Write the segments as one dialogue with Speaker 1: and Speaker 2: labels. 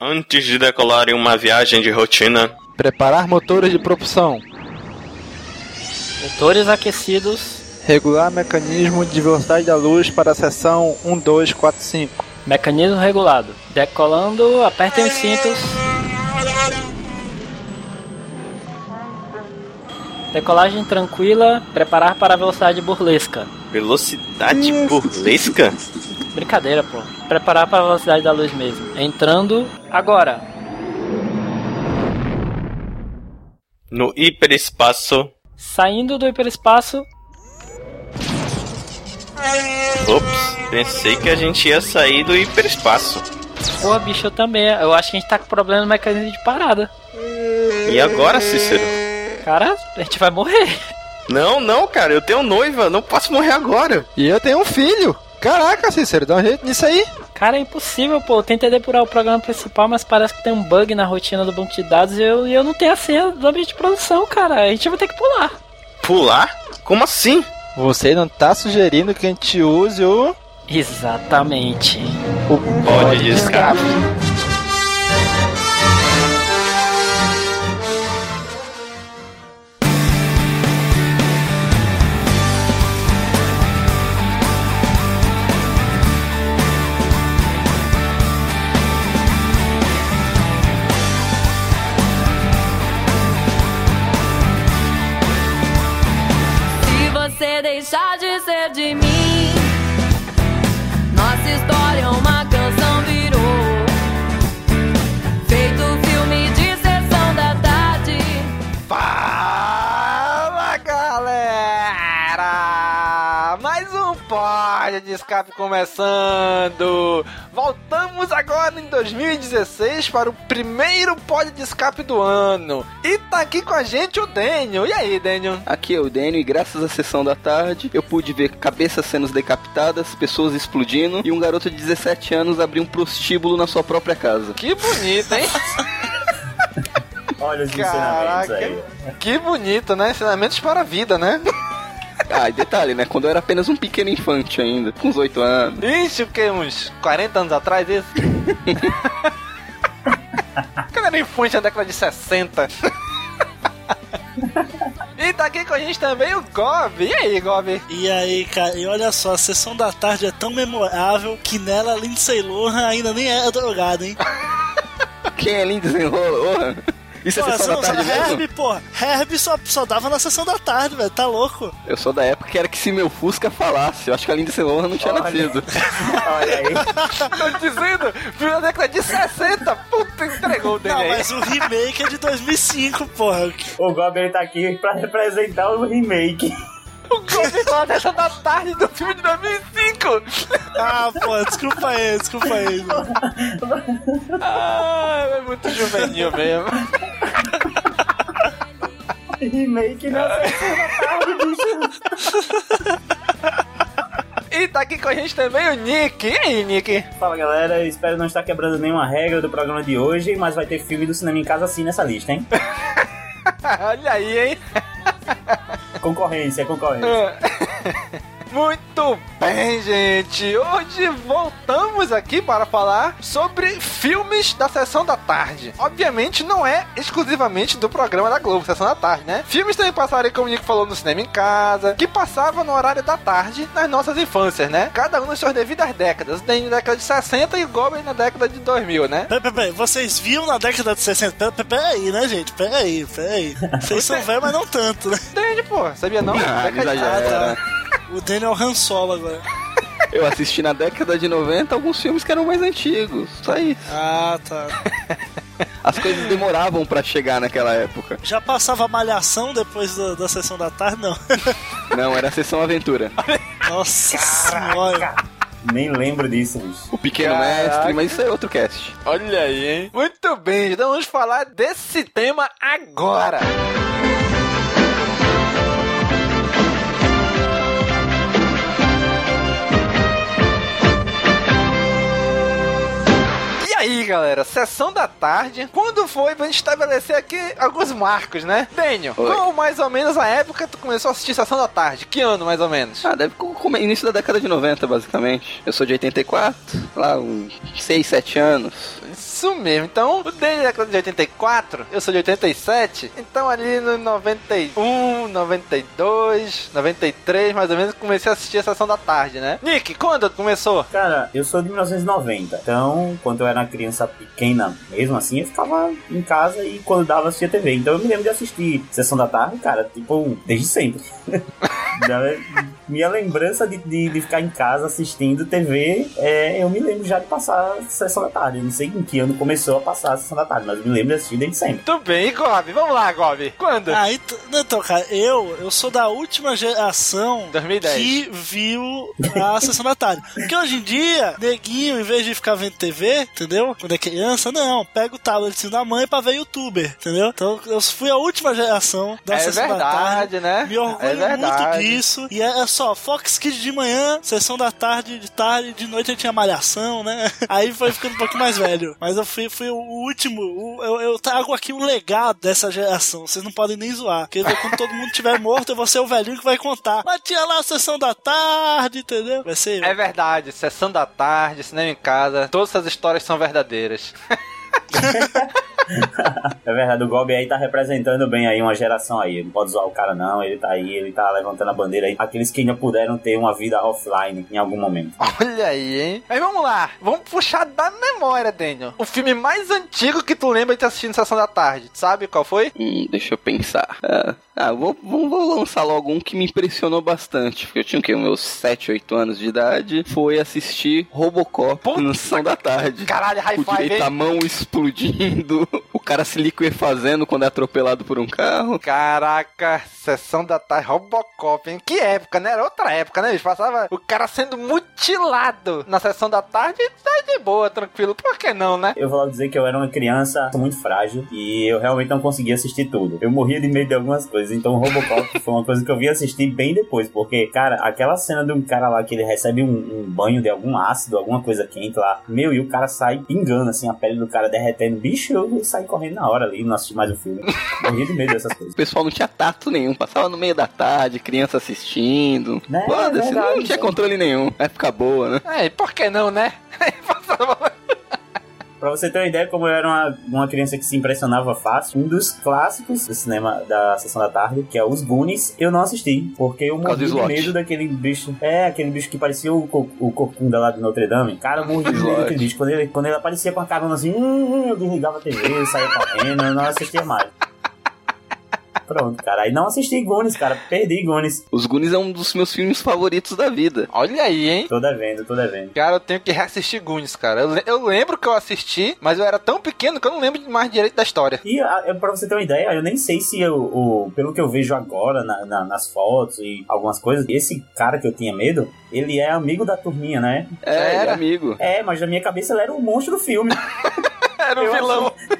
Speaker 1: Antes de decolar em uma viagem de rotina,
Speaker 2: Preparar motores de propulsão.
Speaker 3: Motores aquecidos,
Speaker 2: Regular mecanismo de velocidade da luz para a seção 1245.
Speaker 3: mecanismo regulado. Decolando, apertem os cintos. Decolagem tranquila, preparar para a velocidade burlesca.
Speaker 1: velocidade burlesca?
Speaker 3: Brincadeira, pô. Preparar para a velocidade da luz mesmo. Entrando agora.
Speaker 1: No hiperespaço.
Speaker 3: Saindo do hiperespaço,
Speaker 1: Ops, pensei que a gente ia sair do hiperespaço.
Speaker 3: porra, bicho, eu também. Eu acho que a gente tá com problema no mecanismo de parada.
Speaker 1: E agora, Cícero?
Speaker 3: Cara, a gente vai morrer.
Speaker 1: Não, não, cara, eu tenho noiva, não posso morrer agora.
Speaker 2: E eu tenho um filho! Caraca, Cícero, dá um jeito nisso aí!
Speaker 3: Cara, é impossível, pô. Eu tentei depurar o programa principal, mas parece que tem um bug na rotina do banco de dados e eu, e eu não tenho a senha do ambiente de produção, cara. A gente vai ter que pular.
Speaker 1: Pular? Como assim?
Speaker 2: Você não tá sugerindo que a gente use o.
Speaker 3: Exatamente.
Speaker 2: o
Speaker 1: Pode de escape.
Speaker 4: Se você deixar de ser de mim, nossa história é uma canção virou. Feito um filme de sessão da tarde.
Speaker 2: Fala galera! Mais um Pod de Escape começando! Voltamos agora em 2016 para o primeiro Pod de Escape do ano! E tá aqui com a gente o Daniel! E aí, Daniel?
Speaker 5: Aqui é o Daniel e graças à sessão da tarde eu pude ver cabeças sendo decapitadas, pessoas explodindo e um garoto de 17 anos abrir um prostíbulo na sua própria casa.
Speaker 2: Que bonito, hein?
Speaker 6: Olha os
Speaker 2: Caraca.
Speaker 6: ensinamentos aí.
Speaker 2: que bonito, né? Ensinamentos para a vida, né?
Speaker 5: Ah, e detalhe, né? Quando eu era apenas um pequeno infante ainda, com uns 8 anos.
Speaker 2: Ixi, o que? Uns 40 anos atrás, isso? Quando era infante na década de 60. e tá aqui com a gente também o Gob. E aí, Gob?
Speaker 7: E aí, cara, e olha só, a sessão da tarde é tão memorável que nela Lindsay Lohan ainda nem era drogada, hein?
Speaker 5: Quem é lindo desenrola? Porra. Isso é sessão da
Speaker 7: você não
Speaker 5: tarde
Speaker 7: sabe-
Speaker 1: né?
Speaker 5: mesmo?
Speaker 7: Herb, porra, Herb só, só dava na sessão da tarde, velho, tá louco?
Speaker 5: Eu sou da época que era que se meu Fusca falasse. Eu acho que a Linda Lohan não tinha
Speaker 6: Olha.
Speaker 5: nascido.
Speaker 6: Olha aí.
Speaker 2: Tô dizendo, viu na década de 60. Puta, entregou o dele
Speaker 7: Não,
Speaker 2: aí.
Speaker 7: mas o remake é de 2005, porra.
Speaker 6: O Gob ele tá aqui pra representar o remake.
Speaker 2: O Gob lá dessa da tarde do filme de 2005.
Speaker 7: Ah, pô, desculpa aí, desculpa aí. mano.
Speaker 2: Ah, é muito juvenil mesmo.
Speaker 6: Remake na sessão da tarde, bicho.
Speaker 2: E tá aqui com a gente também o Nick. E aí, Nick?
Speaker 6: Fala galera, espero não estar quebrando nenhuma regra do programa de hoje, mas vai ter filme do cinema em casa sim nessa lista, hein?
Speaker 2: Olha aí, hein?
Speaker 6: Concorrência, concorrência.
Speaker 2: Ah. Muito bem, gente! Hoje voltamos aqui para falar sobre filmes da Sessão da Tarde. Obviamente não é exclusivamente do programa da Globo, Sessão da Tarde, né? Filmes também passaram, aí, como o Nico falou, no cinema em casa, que passavam no horário da tarde nas nossas infâncias, né? Cada um nas suas devidas décadas. Tem na década de 60 e o Goblin na década de 2000, né?
Speaker 7: Peraí, peraí, peraí, vocês viam na década de 60? Peraí, peraí, peraí, né, gente? Peraí, peraí. Vocês são velhos, mas não tanto, né?
Speaker 2: Entende, pô? Sabia não?
Speaker 5: Ah,
Speaker 2: Década de-
Speaker 5: exagera.
Speaker 7: O Daniel Han Solo agora.
Speaker 5: Eu assisti na década de 90 alguns filmes que eram mais antigos. Só isso.
Speaker 7: Ah, tá.
Speaker 5: As coisas demoravam pra chegar naquela época.
Speaker 7: Já passava malhação depois da, da sessão da tarde? Não.
Speaker 5: Não, era a sessão aventura.
Speaker 7: Nossa senhora.
Speaker 6: Nem lembro disso, bicho.
Speaker 5: O Pequeno
Speaker 2: Caraca.
Speaker 5: Mestre, mas isso é outro cast.
Speaker 2: Olha aí, hein? Muito bem, então vamos falar desse tema agora. E aí, galera, sessão da tarde. Quando foi pra gente estabelecer aqui alguns marcos, né? Daniel,
Speaker 5: Oi.
Speaker 2: qual mais ou menos a época que tu começou a assistir Sessão da Tarde? Que ano, mais ou menos?
Speaker 5: Ah, deve com com- início da década de 90, basicamente. Eu sou de 84, lá uns 6, 7 anos.
Speaker 2: Isso mesmo. Então, o dele é de 84, eu sou de 87. Então, ali no 91, 92, 93, mais ou menos, comecei a assistir a Sessão da Tarde, né? Nick, quando começou?
Speaker 6: Cara, eu sou de 1990, então quando eu era uma criança pequena mesmo assim, eu ficava em casa e quando dava assistia TV. Então eu me lembro de assistir Sessão da Tarde, cara, tipo, desde sempre. Da- Minha lembrança de, de, de ficar em casa assistindo TV é eu me lembro já de passar a Sessão da Tarde. Eu não sei em que ano começou a passar a Sessão da Tarde, mas eu me lembro de assistir desde sempre.
Speaker 2: Tudo bem, e Gob? Vamos lá, Gob. Quando?
Speaker 7: Ah, então, então, cara, eu, eu sou da última geração
Speaker 2: 2010.
Speaker 7: que viu a sessão da tarde. Porque hoje em dia, neguinho, em vez de ficar vendo TV, entendeu? Quando é criança, não, pega o tabletzinho da mãe pra ver youtuber, entendeu? Então eu fui a última geração da
Speaker 2: É
Speaker 7: sessão da
Speaker 2: verdade,
Speaker 7: tarde.
Speaker 2: né?
Speaker 7: Me
Speaker 2: É
Speaker 7: orgulho muito
Speaker 2: verdade.
Speaker 7: disso. E é, é só, Fox Kids de manhã, sessão da tarde, de tarde, de noite eu tinha malhação, né? Aí foi ficando um pouco mais velho. Mas eu fui, fui o último. o- eu, eu trago aqui o legado dessa geração. Vocês não podem nem zoar. Porque quando todo mundo tiver morto, eu vou ser o velhinho que vai contar. Mas tinha lá a sessão da tarde, entendeu? Vai ser eu.
Speaker 2: É verdade, sessão da tarde, cinema em casa, todas essas histórias são verdadeiras.
Speaker 6: É verdade, o Gob aí tá representando bem aí uma geração aí. Não pode zoar o cara não, ele tá aí, ele tá levantando a bandeira aí. Aqueles que ainda puderam ter uma vida offline em algum momento.
Speaker 2: Olha aí, hein? Mas vamos lá, vamos puxar da memória, Daniel. O filme mais antigo que tu lembra de ter assistido Sessão da Tarde, sabe qual foi?
Speaker 5: Hum, deixa eu pensar. Ah, ah, vou, vou- vou lançar logo um que me impressionou bastante. Porque eu tinha o quê? Meus 7, 8 anos de idade. Foi assistir Robocop
Speaker 2: Puta
Speaker 5: no Sessão da Tarde.
Speaker 2: Caralho, high
Speaker 5: Com
Speaker 2: five,
Speaker 5: direito à
Speaker 2: hein?
Speaker 5: mão explodindo, o cara se liquefazendo quando é atropelado por um carro.
Speaker 2: Caraca, sessão da tarde, Robocop, hein? Que época, né? Era outra época, né? bicho? Passava o cara sendo mutilado na sessão da tarde, tá de boa, tranquilo. Por que não, né?
Speaker 6: Eu vou logo dizer que eu era uma criança muito frágil e eu realmente não conseguia assistir tudo. Eu morria de medo de algumas coisas, então o Robocop foi uma coisa que eu vim assistir bem depois, porque, cara, aquela cena de um cara lá que ele recebe um, um banho de algum ácido, alguma coisa quente lá, meu, e o cara sai pingando, assim, a pele do cara derretendo, bicho, eu saí correndo na hora ali, não assisti mais o filme. Morria de medo dessas coisas.
Speaker 5: O pessoal não tinha tato nenhum, passava no meio da tarde, criança assistindo.
Speaker 6: Né?
Speaker 5: Foda-se,
Speaker 6: Verdade.
Speaker 5: não tinha controle nenhum. Vai ficar boa, né?
Speaker 2: É, e por que não, né? Passava-
Speaker 6: Pra você ter uma ideia como eu era uma, uma criança que se impressionava fácil, um dos clássicos do cinema da Sessão da Tarde, que é Os Goonies, eu não assisti, porque eu
Speaker 5: Por causa
Speaker 6: morri de
Speaker 5: do slot.
Speaker 6: medo daquele bicho. É, aquele bicho que parecia o, co- o Corcunda lá de Notre Dame. Cara, eu morri de medo
Speaker 5: Slot.
Speaker 6: daquele bicho. Quando ele, quando ele aparecia com a carona assim, hum, hum, eu desligava a TV, eu saía correndo, eu não assistia mais. Pronto, cara. Aí não assisti Goonies, cara. Perdi Goonies.
Speaker 5: Os Goonies é um dos meus filmes favoritos da vida.
Speaker 2: Olha aí, hein?
Speaker 6: Tô devendo, tô devendo.
Speaker 2: Cara, eu tenho que reassistir Goonies, cara. Eu, le- eu lembro que eu assisti, mas eu era tão pequeno que eu não lembro mais direito da história.
Speaker 6: E a- é, pra você ter uma ideia, eu nem sei se eu, o- pelo que eu vejo agora na- na- nas fotos e algumas coisas, esse cara que eu tinha medo, ele é amigo da turminha, né?
Speaker 5: É,
Speaker 2: Era?
Speaker 5: amigo.
Speaker 6: É, mas na minha cabeça ele era o monstro do filme.
Speaker 2: Era
Speaker 6: Eu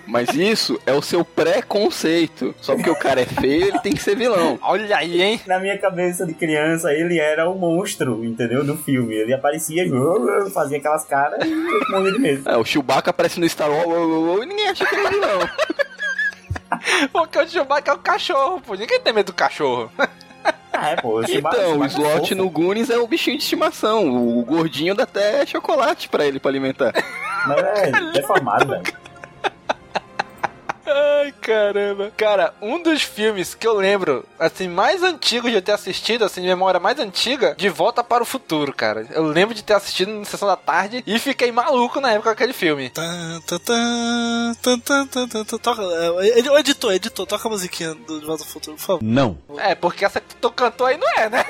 Speaker 5: Mas isso é o seu pré-conceito. Só porque o cara é feio, ele tem que ser vilão.
Speaker 2: Olha aí, hein?
Speaker 6: Na minha cabeça de criança, ele era o monstro, entendeu? Do filme. Ele aparecia, fazia aquelas caras e eu morria de medo.
Speaker 5: É, o Chewbacca aparece no Star Wars uou, uou, uou, e ninguém acha que ele é vilão.
Speaker 2: Porque o Chewbacca é o cachorro, pô. Ninguém tem medo do cachorro.
Speaker 6: Ah, é, pô. eu chibava-
Speaker 5: Então, o
Speaker 6: chibava
Speaker 5: Slot
Speaker 6: fofo.
Speaker 5: no Goonies é o bichinho de estimação. O gordinho dá até chocolate pra ele pra alimentar.
Speaker 6: Mas é deformado, velho.
Speaker 2: Ai, caramba. Cara, um dos filmes que eu lembro, assim, mais antigo de eu ter assistido, assim, de memória mais antiga, De Volta para o Futuro, cara. Eu lembro de ter assistido na sessão da tarde e fiquei maluco na época daquele filme.
Speaker 7: Tan, tan, tan, tan, tan, tan, tan, tan. Toca, é, ele- o editor, editor, toca a musiquinha do De Volta ao Futuro, por favor.
Speaker 2: É, porque essa que tu cantou aí não é, né?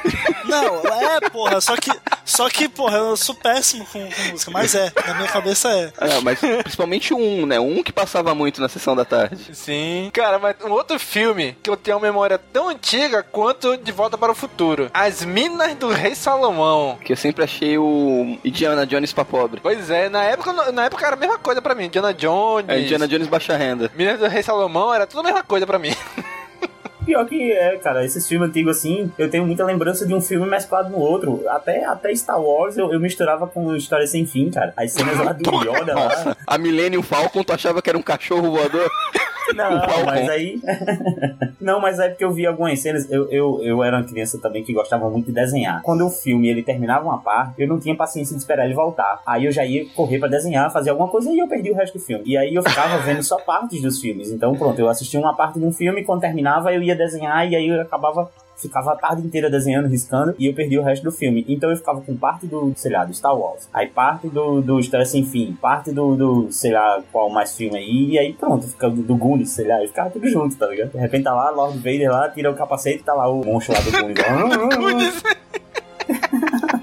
Speaker 7: Não, é, porra, só que, só que, porra, eu sou péssimo com, com música, mas é, na minha cabeça é.
Speaker 5: Ah, mas principalmente um, né? Um que passava muito na sessão da tarde.
Speaker 2: Sim. Cara, mas um outro filme que eu tenho uma memória tão antiga quanto De Volta para o Futuro. As Minas do Rei Salomão.
Speaker 5: Que eu sempre achei o Indiana Jones pra pobre.
Speaker 2: Pois é, na época, na época era a mesma coisa pra mim. Indiana Jones.
Speaker 5: É, Indiana Jones baixa renda.
Speaker 2: Minas do Rei Salomão era tudo a mesma coisa pra mim.
Speaker 6: Pior que é, cara, esses filmes antigos assim, eu tenho muita lembrança de um filme mesclado no outro. Até, até Star Wars eu, eu misturava com História Sem Fim, cara. As cenas lá do Yoda lá.
Speaker 5: Nossa, a Millennium Falcon tu achava que era um cachorro voador?
Speaker 6: Não, mas aí. não, mas é porque eu vi algumas cenas. Eu, eu, eu era uma criança também que gostava muito de desenhar. Quando o filme ele terminava uma parte, eu não tinha paciência de esperar ele voltar. Aí eu já ia correr pra desenhar, fazer alguma coisa e eu perdi o resto do filme. E aí eu ficava vendo só partes dos filmes. Então pronto, eu assistia uma parte de um filme, quando terminava eu ia desenhar e aí eu acabava ficava a tarde inteira desenhando, riscando, e eu perdi o resto do filme. Então eu ficava com parte do, sei lá, do Star Wars, aí parte do, do História Sem Fim, parte do, do, sei lá, qual mais filme aí, e aí pronto, fica do, do Goonies, sei lá, e ficava tudo junto, tá ligado? De repente tá lá, Lord Vader lá, tira o capacete, tá lá o monstro lá do Goonies. Ah,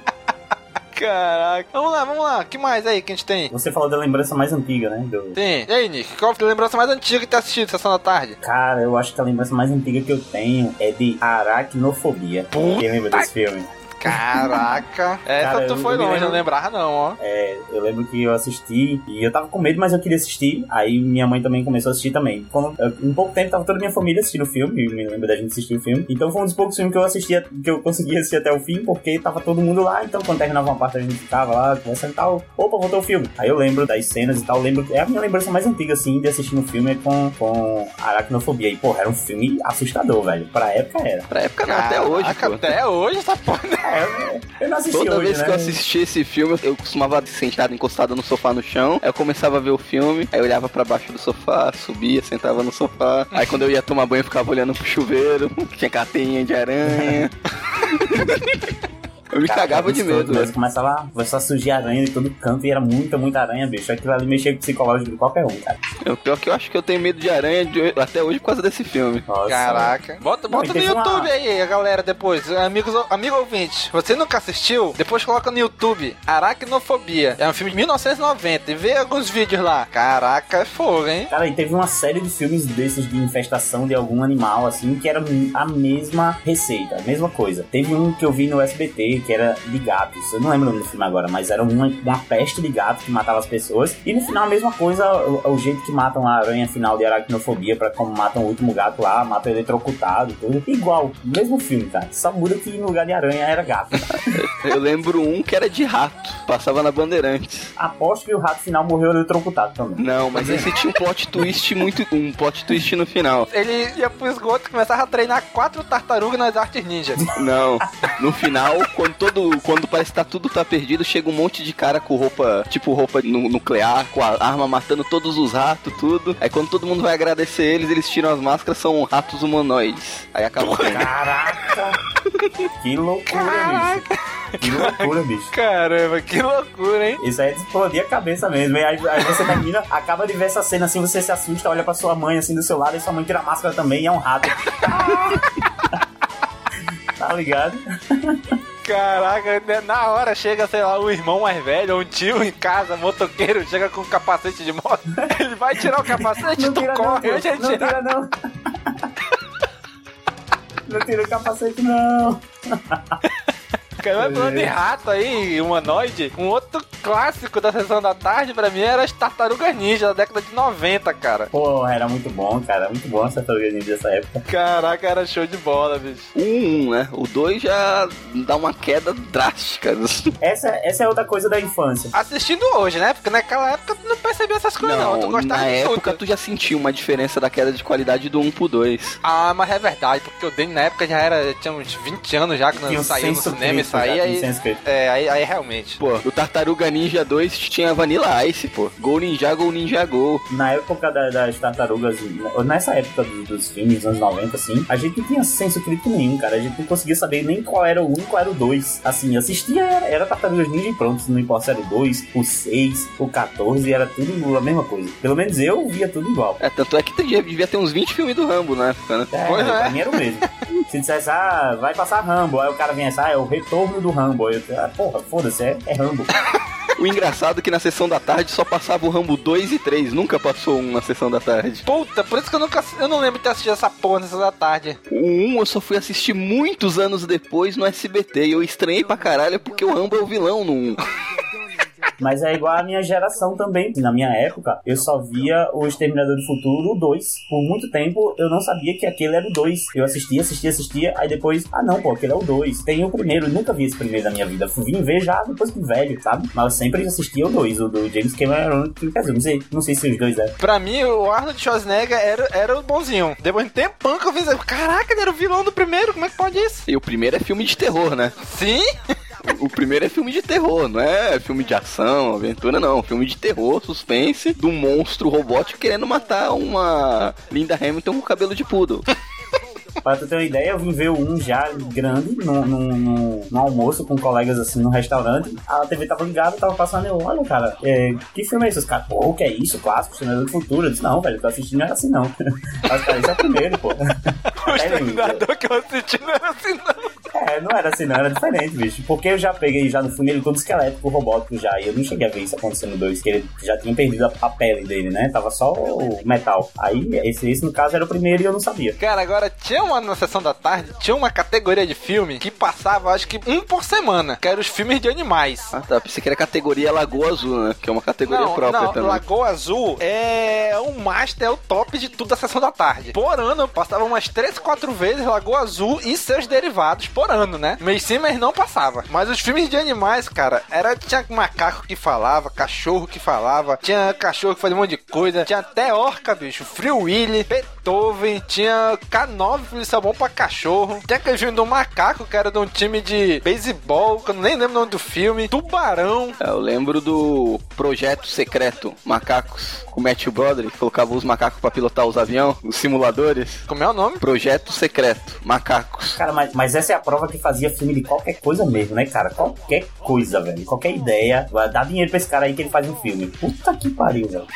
Speaker 2: Caraca. Vamos lá, vamos lá. O que mais aí que a gente tem?
Speaker 6: ah. Você falou da lembrança mais antiga, né? Do,
Speaker 2: Tem. E aí, Nick, qual foi a lembrança mais antiga que tá assistido Sessão da Tarde?
Speaker 6: Cara, eu acho que a lembrança mais antiga que eu tenho é de aracnofobia. Quem lembra desse filme?
Speaker 2: Caraca. Essa
Speaker 6: Cara,
Speaker 2: tu
Speaker 6: eu
Speaker 2: foi
Speaker 6: não me
Speaker 2: longe,
Speaker 6: lembro.
Speaker 2: não lembrava não, ó.
Speaker 6: É, eu lembro que eu assisti e eu tava com medo, mas eu queria assistir. Aí minha mãe também começou a assistir também. Quando, eu- em pouco tempo tava toda minha família assistindo o filme, eu me lembro da gente assistir o filme. Então foi um dos poucos filmes que eu assistia, que eu conseguia assistir até o fim, porque tava todo mundo lá. Então quando terminava uma parte a gente ficava lá conversando e tal. Opa, voltou o filme. Aí eu lembro das cenas e tal. Lembro, é a minha lembrança mais antiga, assim, de assistir um filme é com, com aracnofobia. E porra, era um filme assustador, velho. Pra época era.
Speaker 5: Pra época não, até hoje,
Speaker 2: Caraca,
Speaker 5: pô.
Speaker 2: Até hoje essa porra.
Speaker 6: Eu, eu não assisti
Speaker 5: Toda
Speaker 6: hoje,
Speaker 5: vez
Speaker 6: né?
Speaker 5: que eu assistia esse filme, eu costumava sentado encostado no sofá no chão. Aí eu começava a ver o filme, aí eu olhava pra baixo do sofá, subia, sentava no sofá. Aí quando eu ia tomar banho, eu ficava olhando pro chuveiro, tinha catinha de aranha. eu me cagava de medo, né?
Speaker 6: Mas
Speaker 5: velho.
Speaker 6: começava a começava a surgir aranha de todo canto e era muita, muita aranha, bicho. Aquilo ali mexia com o psicológico de qualquer um, cara.
Speaker 5: O Pior que eu acho que eu tenho medo de aranha de- até hoje por causa desse filme.
Speaker 6: Nossa.
Speaker 2: Caraca. Bota, bota
Speaker 6: Não,
Speaker 2: no
Speaker 6: e teve uma-
Speaker 2: YouTube aí, a galera, depois. Amigos, amigo ouvinte, você nunca assistiu? Depois coloca no YouTube. Aracnofobia. É um filme de 1990. E vê alguns vídeos lá. Caraca, é fogo, hein?
Speaker 6: Cara, e teve uma série de filmes desses de infestação de algum animal, assim, que era a mesma receita, a mesma coisa. Teve um que eu vi no SBT, que era de gatos. Eu não lembro o nome do filme agora, mas era uma, uma peste de gato que matava as pessoas. E no final, a mesma coisa, o, o jeito que matam a aranha final de aracnofobia, pra como matam o último gato lá, matam eletrocutado, tudo. Igual, mesmo filme, cara. Só muda que no lugar de aranha era gato.
Speaker 5: Eu lembro um que era de rato, passava na Bandeirantes.
Speaker 6: Aposto que o rato final morreu eletrocutado também.
Speaker 5: Não, mas esse tinha um plot twist muito. Um plot twist no final.
Speaker 2: Ele ia pro esgoto e começava a treinar quatro tartarugas nas artes ninja.
Speaker 5: Não. No final, quando todo. Quando parece que tá tudo tá perdido, chega um monte de cara com roupa, tipo roupa nu- nuclear, com a arma matando todos os ratos, tudo. Aí quando todo mundo vai agradecer eles, eles tiram as máscaras, são ratos humanoides. Aí acaba o filme.
Speaker 6: Caraca! que loucura, bicho. Que loucura, bicho.
Speaker 2: Caramba, que loucura, hein?
Speaker 6: Isso aí é de explodir a cabeça mesmo. E aí, aí você termina, acaba de ver essa cena assim, você se assusta, olha pra sua mãe assim do seu lado, e sua mãe tira a máscara também e é um rato. tá ligado?
Speaker 2: Caraca, né, na hora chega, sei lá, um irmão mais velho, ou um tio em casa, motoqueiro, chega com um capacete de moto. Ele vai tirar o capacete,
Speaker 6: Não
Speaker 2: tu
Speaker 6: tira não,
Speaker 2: corre,
Speaker 6: tio.
Speaker 2: antes ele
Speaker 6: não
Speaker 2: tirar.
Speaker 6: tira não. Não tira o capacete não.
Speaker 2: Caramba, falando de rato aí, humanoide, um outro clássico da sessão da tarde pra mim era as tartarugas ninja da década de 90, cara.
Speaker 6: Pô, era muito bom, cara. Muito bom essa torre dessa época.
Speaker 2: Caraca, era show de bola, bicho.
Speaker 5: Um, né? O dois já dá uma queda drástica.
Speaker 6: Essa, essa é outra coisa da infância.
Speaker 2: Assistindo hoje, né? Porque naquela época tu não percebia essas coisas, não. Tu
Speaker 5: Não,
Speaker 2: gostava
Speaker 5: na
Speaker 2: de tudo.
Speaker 5: época tu já sentiu uma diferença da queda de qualidade do um pro dois.
Speaker 2: Ah, mas é verdade, porque o Dane na época já era, tinha uns 20 anos já,
Speaker 6: Tinha
Speaker 2: quando
Speaker 6: um
Speaker 2: saiu no
Speaker 6: senso
Speaker 2: cinema e
Speaker 6: crítico, já
Speaker 2: saía
Speaker 6: tinha um
Speaker 2: aí.
Speaker 6: senso crítico.
Speaker 2: É, aí, aí realmente.
Speaker 5: Pô, o Tartaruga Ninja 2 tinha Vanilla Ice, pô. Gol Ninja, Gol Ninja, Gol.
Speaker 6: Na época da- das tartarugas, ou nessa época do- dos filmes, anos 90, assim, a gente não tinha senso crítico nenhum, cara. A gente não conseguia saber nem qual era o 1, qual era o 2. Assim, assistia, era, era tartarugas ninja e pronto, não importa se era o 2, o 6, o 14, era tudo a mesma coisa. Pelo menos eu via tudo igual.
Speaker 5: É, tanto é que devia- devia ter uns 20 filmes do Rambo na época, né?
Speaker 6: É,
Speaker 2: Pois é.
Speaker 6: pra mim era o mesmo. Se dissesse, ah, vai passar Rambo, aí o cara vinha assim, ah, é o retorno do Rambo. Aí eu, ah, porra, foda-se, é, é Rambo.
Speaker 5: O engraçado é que na sessão da tarde só passava o Rambo 2 e 3, nunca passou um na sessão da tarde.
Speaker 2: Puta, por isso que eu nunca. Eu não lembro de ter assistido essa porra nessa da tarde.
Speaker 5: O 1 eu só fui assistir muitos um. anos depois no SBT e eu estranhei pra caralho porque o Rambo é o vilão no 1.
Speaker 6: Mas é igual a minha geração também. Na minha época, eu só via o Exterminador do Futuro 2. Por muito tempo, eu não sabia que aquele era o 2. Eu assistia, assistia, assistia, aí depois, ah não, pô, aquele é o 2. Tem o primeiro, eu nunca vi esse primeiro na minha vida. Eu Vim ver já depois que velho, sabe? Mas eu sempre assistia o 2, o do James Cameron. Quer dizer, não sei, não sei se os dois eram.
Speaker 2: Pra mim, o Arnold Schwarzenegger era, era o bonzinho. Depois de um tempão que eu fiz. Caraca, ele era o vilão do primeiro, como é que pode isso?
Speaker 5: E o primeiro é filme de terror, né?
Speaker 2: Sim?
Speaker 5: O primeiro é filme de terror, não é filme de ação, aventura, não. Filme de terror, suspense, de um monstro robótico querendo matar uma linda Hamilton com cabelo de poodle.
Speaker 6: Pra tu ter uma ideia, eu vim ver um já grande num, num, num- num almoço com colegas assim num restaurante. A TV tava ligada, tava passando. Eu, olha, cara, é, que filme é esse? Os caras, pô, o que é isso? Clássico, Exterminador do Futuro. Eu disse, não, velho, eu tô assistindo, não era assim não. Mas, cara, isso é o primeiro, pô.
Speaker 2: O
Speaker 6: Até mim,
Speaker 2: exterminador que eu assisti não era assim, não.
Speaker 6: é, não era assim não, era diferente, bicho. Porque eu já peguei já no fundo ele todo esquelético, robótico já. E eu não cheguei a ver isso acontecendo no 2, que ele já tinha perdido a, a pele dele, né? Tava só o metal. Aí, esse, esse no caso era o primeiro e eu não sabia.
Speaker 2: Cara, agora tinha uma na sessão da tarde, tinha uma categoria de filme que passava, acho que um por semana, que eram os filmes de animais.
Speaker 5: Ah tá, pensei que era categoria Lagoa Azul, né? Que é uma categoria
Speaker 2: Não,
Speaker 5: própria
Speaker 2: não,
Speaker 5: também.
Speaker 2: Lagoa Azul é o master, é o top de tudo da sessão da tarde. Por ano, eu passava umas 3, 4 vezes Lagoa Azul e seus derivados por ano, né? Mês sim, mês não passava. Mas os filmes de animais, cara, era tinha macaco que falava, cachorro que falava, tinha cachorro que fazia um monte de coisa, tinha até orca, bicho, Free Willy, Beethoven, tinha K9 policial é bom pra cachorro, tinha aquele filme do macaco que era de um time de beisebol, que eu nem lembro o nome do filme, Tubarão,
Speaker 5: É, Eu lembro do projeto secreto Macacos com o Matthew Broderick, que colocava os macacos pra pilotar os aviões, os simuladores.
Speaker 2: como é o nome?
Speaker 5: Projeto secreto Macacos.
Speaker 6: Cara, mas, mas essa é a prova que fazia filme de qualquer coisa mesmo, né, cara? Qualquer coisa, velho. Qualquer ideia. Vai Dá dinheiro pra esse cara aí que ele faz um filme. Puta que pariu, velho.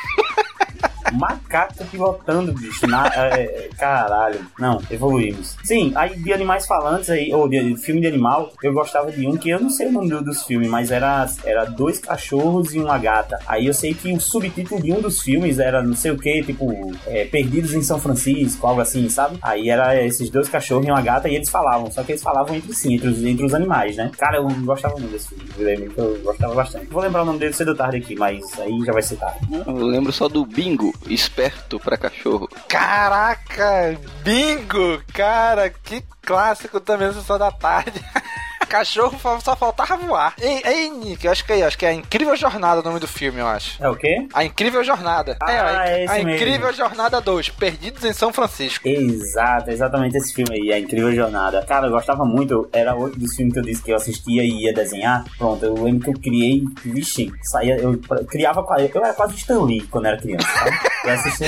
Speaker 6: Macaco pilotando, bicho. Na, é, é, caralho. Não, evoluímos. Sim, aí de animais falantes aí, ou de filme de animal, eu gostava de um que eu não sei o nome do- dos filmes, mas era, era dois cachorros e uma gata. Aí eu sei que o subtítulo de um dos filmes era não sei o que, tipo, é, Perdidos em São Francisco, algo assim, sabe? Aí era esses dois cachorros e uma gata e eles falavam, só que eles falavam entre si, entre os, entre os animais, né? Cara, eu gostava muito desse filme, eu lembro que eu gostava bastante. Vou lembrar o nome dele cedo ou tarde aqui, mas aí já vai ser tarde.
Speaker 5: Eu lembro só do Bingo, esperto pra cachorro.
Speaker 2: Caraca, bingo! Cara, que clássico também da Sessão da Tarde. Cachorro fa- só faltava voar. Ei, ei, Nick, eu acho que é, acho que é a Incrível Jornada o nome do filme, eu acho.
Speaker 6: É o quê?
Speaker 2: A Incrível Jornada.
Speaker 6: Ah,
Speaker 2: é, a,
Speaker 6: é esse
Speaker 2: a
Speaker 6: mesmo.
Speaker 2: Incrível Jornada 2, Perdidos em São Francisco.
Speaker 6: Exato, exatamente esse filme aí, A Incrível Jornada. Cara, eu gostava muito, era outro dos filmes que eu disse que eu assistia e ia desenhar. Pronto, eu lembro que eu criei, vixe, saía, eu pra- criava, qua- eu era quase Stan Lee quando era criança, sabe? Eu assistia,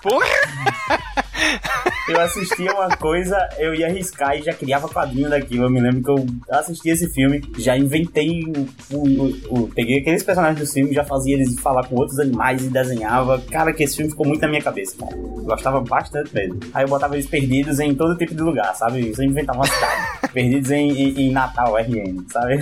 Speaker 2: Porra!
Speaker 6: eu assistia uma coisa, eu ia arriscar e já criava quadrinho daquilo. Eu me lembro que eu assistia esse filme, já inventei, o, o- o- peguei aqueles personagens do filme, já fazia eles falar com outros animais e desenhava. Cara, que esse filme ficou muito na minha cabeça, cara. Eu Gostava bastante mesmo. Aí eu botava eles perdidos em todo tipo de lugar, sabe? Eu inventava uma cidade. perdidos em, em- em Natal, RN, sabe?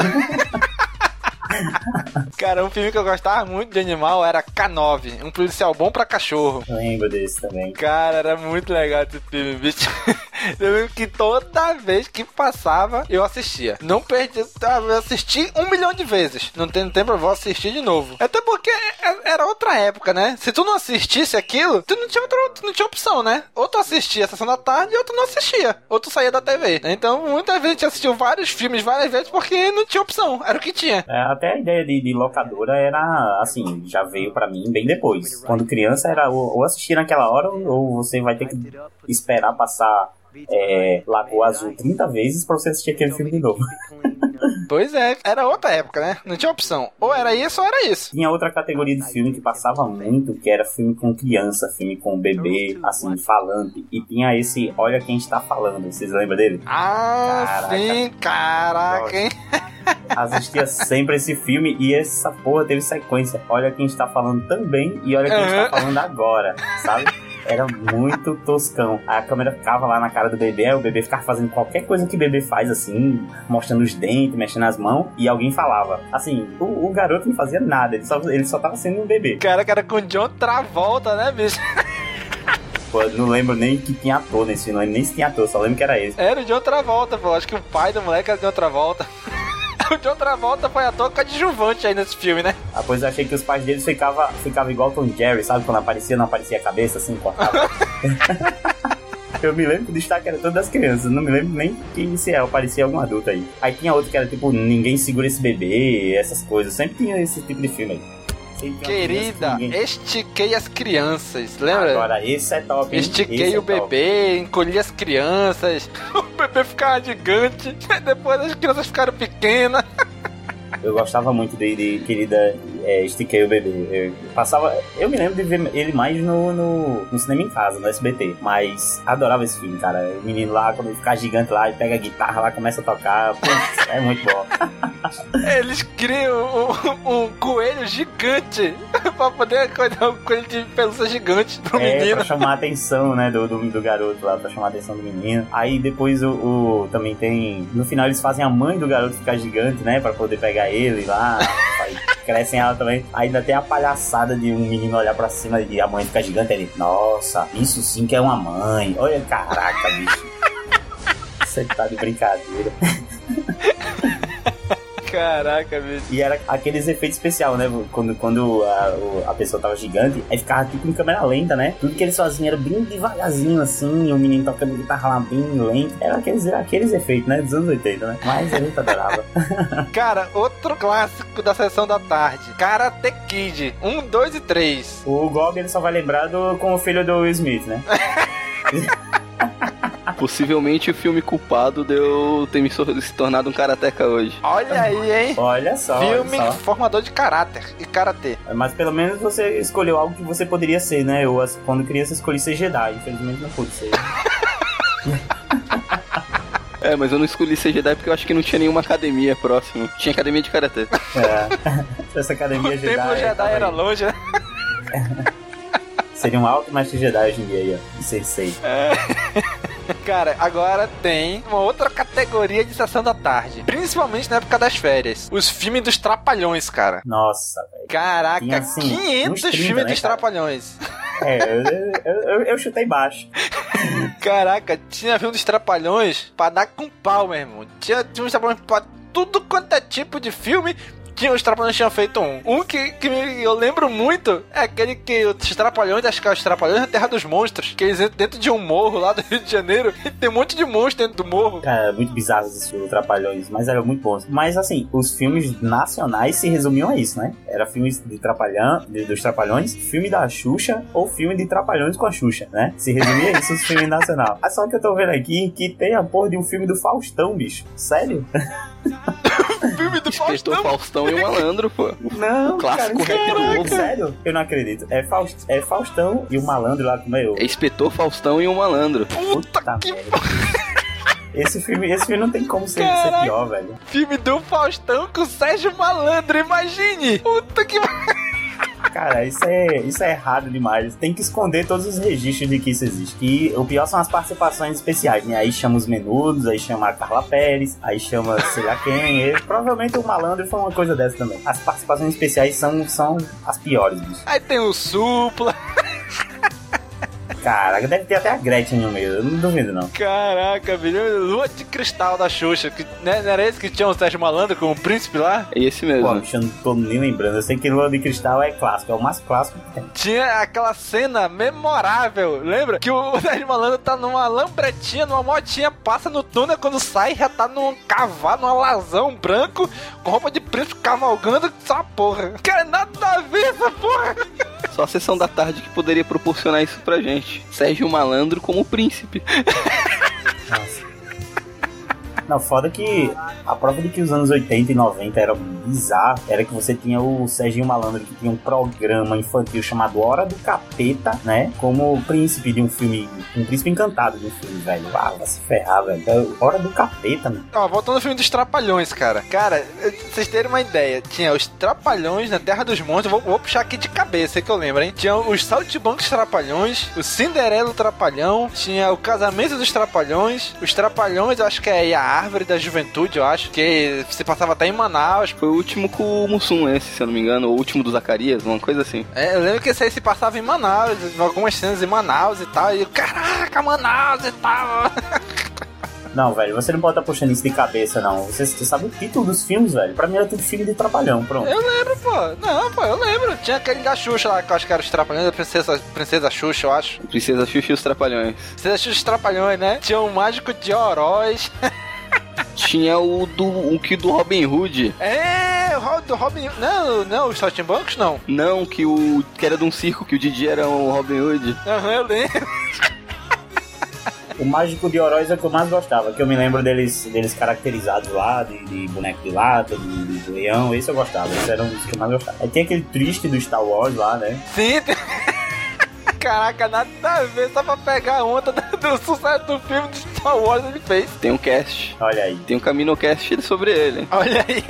Speaker 2: Cara, um filme que eu gostava muito de animal era K9, um policial bom pra cachorro.
Speaker 6: Eu lembro desse também.
Speaker 2: Cara, era muito legal esse filme, bicho. Eu lembro que toda vez que passava, eu assistia. Não perdi, tá, eu assisti um milhão de vezes. Não tem tempo, eu vou assistir de novo. Até porque é- era outra época, né? Se tu não assistisse aquilo, tu não tinha, outra, tu não tinha opção, né? Ou tu assistia a Sessão da Tarde, ou tu não assistia. Ou tu saía da TV. Então, muitas vezes a gente assistiu vários filmes várias vezes porque não tinha opção. Era o que tinha.
Speaker 6: É, até a ideia de, de locadora era assim, já veio pra mim bem depois. Quando criança era ou, ou assistir naquela hora ou, ou você vai ter que esperar passar é, Lagoa Azul 30 vezes pra você assistir aquele filme de novo.
Speaker 2: Pois é, era outra época, né? Não tinha opção. Ou era isso, ou era isso.
Speaker 6: Tinha outra categoria de filme que passava muito, que era filme com criança, filme com um bebê, assim, falando. E tinha esse Olha Quem Está Falando, vocês lembram dele?
Speaker 2: Ah,
Speaker 6: Caraca.
Speaker 2: sim, caraca, hein?
Speaker 6: Assistia sempre esse filme e essa porra teve sequência. Olha quem está falando também e olha quem está
Speaker 2: Aham.
Speaker 6: falando agora, sabe? Era muito toscão. Aí A câmera ficava lá na cara do bebê, aí o bebê ficava fazendo qualquer coisa que o bebê faz, assim, mostrando os dentes, mexendo as mãos, e alguém falava. Assim, o, o garoto não fazia nada, ele só, ele só tava sendo um bebê.
Speaker 2: Cara, que era com o John Travolta, né, bicho?
Speaker 6: Pô, eu não lembro nem que tinha ator nesse filme, não lembro nem se tinha ator, só lembro que era esse.
Speaker 2: Era o John Travolta, pô. Acho que o pai do moleque era o John Travolta. O John Travolta foi ator coadjuvante aí nesse filme, né?
Speaker 6: Ah, pois eu achei que os pais deles ficavam ficava igual Tom e Jerry, sabe? Quando aparecia, não aparecia a cabeça, assim, cortava. Eu me lembro que o destaque era todo das crianças, não me lembro nem quem se é, aparecia algum adulto aí. Aí tinha outro que era tipo, ninguém segura esse bebê, essas coisas. Sempre tinha esse tipo de filme aí. Sempre tinha uma criança que
Speaker 2: Querida,
Speaker 6: ninguém-
Speaker 2: estiquei as crianças, lembra?
Speaker 6: é assim, Agora, esse é top, hein?
Speaker 2: Estiquei
Speaker 6: Esse é
Speaker 2: o
Speaker 6: top.
Speaker 2: bebê, encolhi as crianças, o bebê ficava gigante, depois as crianças ficaram pequenas.
Speaker 6: Eu gostava muito de, de querida é, Estiquei o Bebê. Eu passava. Eu me lembro de ver ele mais no, no, no cinema em casa, no SBT. Mas adorava esse filme, cara. O menino lá, quando ele ficar gigante lá, ele pega a guitarra lá, começa a tocar. Putz, é muito bom.
Speaker 2: Eles criam um, um coelho gigante pra poder cuidar um coelho de pelúcia gigante pro
Speaker 6: É, pra
Speaker 2: menino.
Speaker 6: chamar a atenção, né, do, do, do garoto lá, pra chamar a atenção do menino. Aí depois o, o- também tem. No final eles fazem a mãe do garoto ficar gigante, né? Pra poder pegar ele lá. Aí crescem ela também. Aí ainda tem a palhaçada de um menino olhar pra cima e a mãe ficar gigante. Ele, nossa, isso sim que é uma mãe. Olha, caraca, bicho. Você tá de brincadeira.
Speaker 2: Caraca, bicho.
Speaker 6: E era aqueles efeitos especial, né? Quando, quando a, o- a pessoa tava gigante, aí ficava tipo em câmera lenta, né? Tudo que eles faziam era bem devagarzinho, assim, e o menino tocando guitarra lá bem lento. Era aqueles, aqueles efeitos, né? Dos anos 80, né? Mas a gente adorava.
Speaker 2: Cara, outro clássico da sessão da tarde: Karate Kid 1, 2 e 3.
Speaker 6: O Gob, ele só vai lembrar do, com o filho do Will Smith, né?
Speaker 5: Possivelmente o filme culpado de eu ter me sor- se tornado um karateca hoje.
Speaker 6: Tá
Speaker 2: Olha aí, hein?
Speaker 6: Olha só,
Speaker 2: Filme
Speaker 6: olha só.
Speaker 2: formador de caráter e karatê.
Speaker 6: Mas pelo menos você escolheu algo que você poderia ser, né? Eu, as- quando criança, escolhi ser Jedi. Infelizmente, não pude ser.
Speaker 5: É, mas eu não escolhi ser Jedi porque eu acho que não tinha nenhuma academia próxima. Tinha academia de karatê.
Speaker 6: É. Essa academia
Speaker 2: O
Speaker 6: Jedi...
Speaker 2: tempo
Speaker 6: tava
Speaker 2: Jedi era
Speaker 6: aí.
Speaker 2: longe, né?
Speaker 6: Seria um alto mestre Jedi hoje em dia, aí, ó. Sensei.
Speaker 2: Cara, agora tem uma outra categoria de sessão da tarde. Principalmente na época das férias. Os filmes dos trapalhões, cara.
Speaker 6: Nossa, velho.
Speaker 2: Caraca,
Speaker 6: Tinha, assim,
Speaker 2: 500
Speaker 6: uns 30,
Speaker 2: filmes
Speaker 6: né,
Speaker 2: dos
Speaker 6: cara?
Speaker 2: trapalhões.
Speaker 6: É, eu, eu, eu, eu chutei baixo.
Speaker 2: Caraca, tinha filme dos trapalhões pra dar com pau, meu irmão. Tinha filmes dos trapalhões pra tudo quanto é tipo de filme. Tinha, os Trapalhões tinham feito um. Um que, que me- eu lembro muito é aquele que os Trapalhões, acho que é os Trapalhões na Terra dos Monstros, que eles entram dentro de um morro lá do Rio de Janeiro e tem um monte de monstro dentro do morro.
Speaker 6: Cara, muito bizarro esses filmes Trapalhões, mas eram muito bons. Mas assim, os filmes nacionais se resumiam a isso, né? Era filmes de Trapalhão, de- dos Trapalhões, filme da Xuxa ou filme de Trapalhões com a Xuxa, né? Se resumia a isso os filmes nacionais. Ah, só que eu tô vendo aqui que tem a porra de um filme do Faustão, bicho. Sério?
Speaker 2: filme do
Speaker 5: Estou
Speaker 2: Faustão.
Speaker 5: Faustão e o Malandro, pô.
Speaker 6: Não,
Speaker 5: Clássico
Speaker 6: cara,
Speaker 5: rap
Speaker 6: caraca,
Speaker 5: novo.
Speaker 6: Sério? Eu não acredito. É, Faust, é Faustão e o malandro lá como é o
Speaker 5: É Espetor Faustão e o Malandro.
Speaker 2: Puta que
Speaker 6: merda. Esse filme, esse filme não tem como ser, ser
Speaker 2: Caraca.
Speaker 6: pior, velho.
Speaker 2: filme do Faustão com o Sérgio Malandro, imagine! Puta que
Speaker 6: Cara, isso é, isso é errado demais. Tem que esconder todos os registros de que isso existe. E o pior são as participações especiais, né? Aí chama os menudos, aí chama a Carla Pérez, aí chama sei lá quem. E provavelmente o malandro foi uma coisa dessa também. As participações especiais são, são as piores, bicho.
Speaker 2: Aí tem o um Supla,
Speaker 6: Caraca, deve ter até a Gretchen no meio, eu não duvido não.
Speaker 2: caraca, velho, Lua de Cristal da Xuxa, que, né, não era esse que tinha o Sérgio Malandro com o príncipe lá?
Speaker 5: É esse mesmo.
Speaker 6: Pô, bicho, eu não tô nem lembrando. Eu sei que Lua de Cristal é clássico, é o mais clássico que tem.
Speaker 2: Tinha aquela cena memorável, lembra? Que o Sérgio Malandro tá numa lambretinha, numa motinha, passa no túnel, quando sai já tá num cavalo, num alazão branco, com roupa de príncipe cavalgando, só porra. Cara, nada a ver essa porra!
Speaker 5: Só a sessão da tarde que poderia proporcionar isso pra gente. Sérgio Malandro como príncipe.
Speaker 6: Nossa. Não, foda que a prova de que os anos 80 e 90 eram bizarro era que você tinha o Serginho Malandro que tinha um programa infantil chamado Hora do Capeta, né? Como príncipe de um filme, um príncipe encantado de um filme, velho. Ah, vai se ferrar, velho. É Hora do Capeta, mano.
Speaker 2: Ó, voltando ao filme dos Trapalhões, cara. Cara, eu- vocês terem uma ideia, tinha os Trapalhões na Terra dos Monstros, vou, vou puxar aqui de cabeça, é que eu lembro, hein? Tinha os Saltibancos Trapalhões, o Cinderelo Trapalhão, tinha o Casamento dos Trapalhões, os Trapalhões, eu acho que é a Árvore da Juventude, eu acho, que se passava até em Manaus.
Speaker 5: Foi o último com o Mussum, esse, se eu não me engano. Ou o último do Zacarias, uma coisa assim.
Speaker 2: É, eu lembro que esse aí se passava em Manaus, algumas cenas em Manaus e tal, e eu, caraca, Manaus e tal.
Speaker 6: Não, velho, você não pode estar puxando isso de cabeça, não. Você, você sabe o título dos filmes, velho. Pra mim era tudo filme de trabalhão, pronto.
Speaker 2: Eu lembro, pô. Não, pô, eu lembro. Tinha aquele da Xuxa lá, que eu acho que era os Trapalhões, a Princesa, Princesa Xuxa, eu acho.
Speaker 5: Princesa Xuxa e os Trapalhões.
Speaker 2: Princesa Xuxa e os Trapalhões, né? Tinha o Mágico de Oroz.
Speaker 5: Tinha o do o que do Robin Hood.
Speaker 2: É, o Ro- do Robin... Não, não, os Saltimbancos, não.
Speaker 5: Não, que o. que era de um circo, que o Didi era o Robin Hood.
Speaker 2: Aham, eu lembro.
Speaker 6: O Mágico de Oroz é o que eu mais gostava, que eu me lembro deles, deles caracterizados lá, de, de boneco de lata, de, de leão, esse eu gostava, esse era um dos que eu mais gostava. Aí tem aquele triste do Star Wars lá, né?
Speaker 2: Sim. tem- Caraca, nada a ver, só pra pegar a onda do, do sucesso do filme de Star Wars ele fez.
Speaker 5: Tem um cast.
Speaker 6: Olha aí,
Speaker 5: Tem um Caminocast sobre ele.
Speaker 2: Olha aí.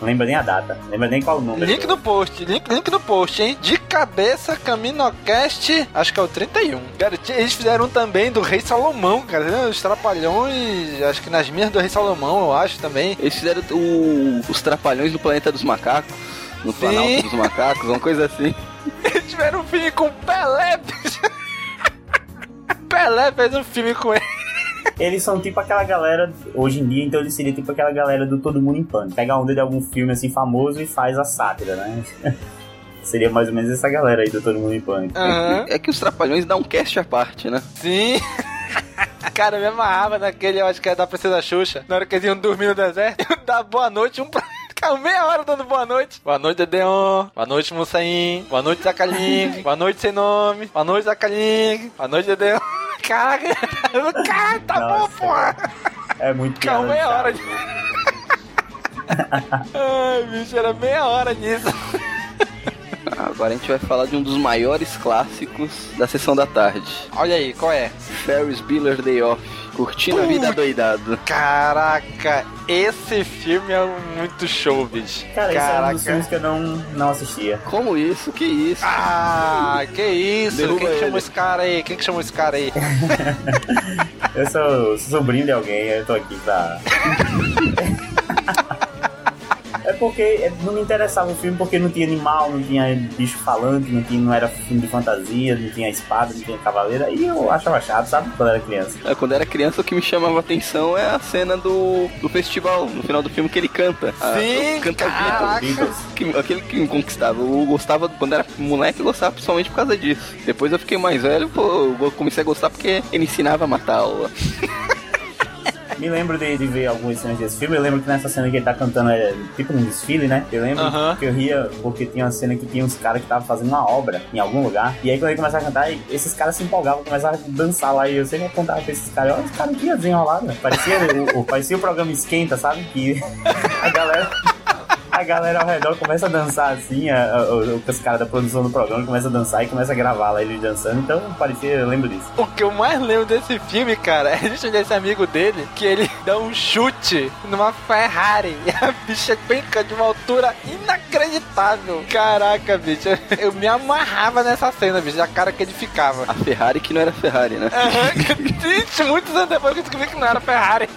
Speaker 6: não lembra nem a data, não lembra nem qual o número.
Speaker 2: Link no post, link, link no post, hein? De cabeça, Caminocast, acho que é o 31. Cara, tinha- eles fizeram um também do Rei Salomão, cara. né? Os Trapalhões, acho que nas minhas do Rei Salomão, eu acho também.
Speaker 5: Eles fizeram o- os Trapalhões do Planeta dos Macacos. No Planalto dos Macacos, uma coisa assim.
Speaker 2: Eles tiveram um filme com Pelé, bicho. Pelé fez um filme com ele.
Speaker 6: Eles são tipo aquela galera, hoje em dia, então eles seriam tipo aquela galera do Todo Mundo em Pânico. Pega a onda de algum filme assim famoso e faz a sátira, né? Seria mais ou menos essa galera aí do Todo Mundo em Pânico.
Speaker 2: Aham,
Speaker 5: É que os Trapalhões dá um cast à parte, né?
Speaker 2: sim. Cara, eu me amarrava naquele, eu acho que era da Princesa Xuxa. Na hora que eles iam dormir no deserto, eu dava boa noite, um pra... Ficava meia hora dando boa noite. Boa noite, Dedeon. Boa noite, Mussain. Boa noite, Zacaling. Boa noite, sem nome. Boa noite, Zacaling. Boa noite, Dedeon. Caraca, cara, tá bom,
Speaker 6: Nossa.
Speaker 2: porra.
Speaker 6: É muito
Speaker 2: Ficava meia
Speaker 6: cara.
Speaker 2: hora de... Ai, bicho, era meia hora nisso.
Speaker 5: Ah, Agora a gente vai falar de um dos maiores clássicos da sessão da tarde.
Speaker 2: Olha aí, qual é?
Speaker 5: Ferris Bueller's Day Off. Curtindo a vida doidado.
Speaker 2: Caraca, esse filme é muito show, bicho.
Speaker 6: Cara, esse era um dos filmes
Speaker 2: Caraca.
Speaker 6: que eu não, não assistia.
Speaker 5: Como isso? Que isso?
Speaker 2: Ah, que isso?
Speaker 5: Derruba
Speaker 2: Quem que
Speaker 5: ele.
Speaker 2: chamou esse cara aí? Quem que chamou esse cara aí?
Speaker 6: Eu sou sobrinho de alguém, eu tô aqui pra. É porque é, não me interessava o filme porque não tinha animal, não tinha bicho falante, não, tinha, não era filme de fantasia, não tinha espada, não tinha cavaleiro. E eu achava chato, sabe? Quando era criança.
Speaker 5: É, Quando era criança, o que me chamava a atenção é a cena do, do festival, no final do filme que ele canta. Ah,
Speaker 2: Sim,
Speaker 5: eu- canta
Speaker 2: caraca.
Speaker 6: Beatles.
Speaker 5: Que- aquele que me conquistava. Eu gostava, quando era moleque, eu gostava principalmente por causa disso. Depois eu fiquei mais velho, pô, eu comecei a gostar porque ele ensinava a matar aula.
Speaker 6: Me lembro de, de ver algumas cenas desse filme. Eu lembro que nessa cena que ele tá cantando é tipo um desfile, né? Eu lembro
Speaker 2: Aham.
Speaker 6: que eu ria porque tinha uma cena que tinha uns caras que estavam fazendo uma obra em algum lugar. E aí quando ele começava a cantar, esses caras se empolgavam, começavam a dançar lá. E eu sempre apontava pra esses caras. Olha, os caras que ia desenrolar, né? Parecia o, o- parecia o programa Esquenta, sabe? Que a galera. A galera ao redor começa a dançar assim, a- a- o- os caras da produção do programa começa a dançar e começa a gravar lá ele dançando, então parecia, eu lembro disso.
Speaker 2: O que eu mais lembro desse filme, cara, é justamente desse amigo dele que ele dá um chute numa Ferrari e a bicha penca de uma altura inacreditável. Caraca, bicho, eu me amarrava nessa cena, bicho, a cara que ele ficava.
Speaker 5: A Ferrari que não era Ferrari, né?
Speaker 2: Aham, Gente, muitos anos depois que eu descobri que não era Ferrari.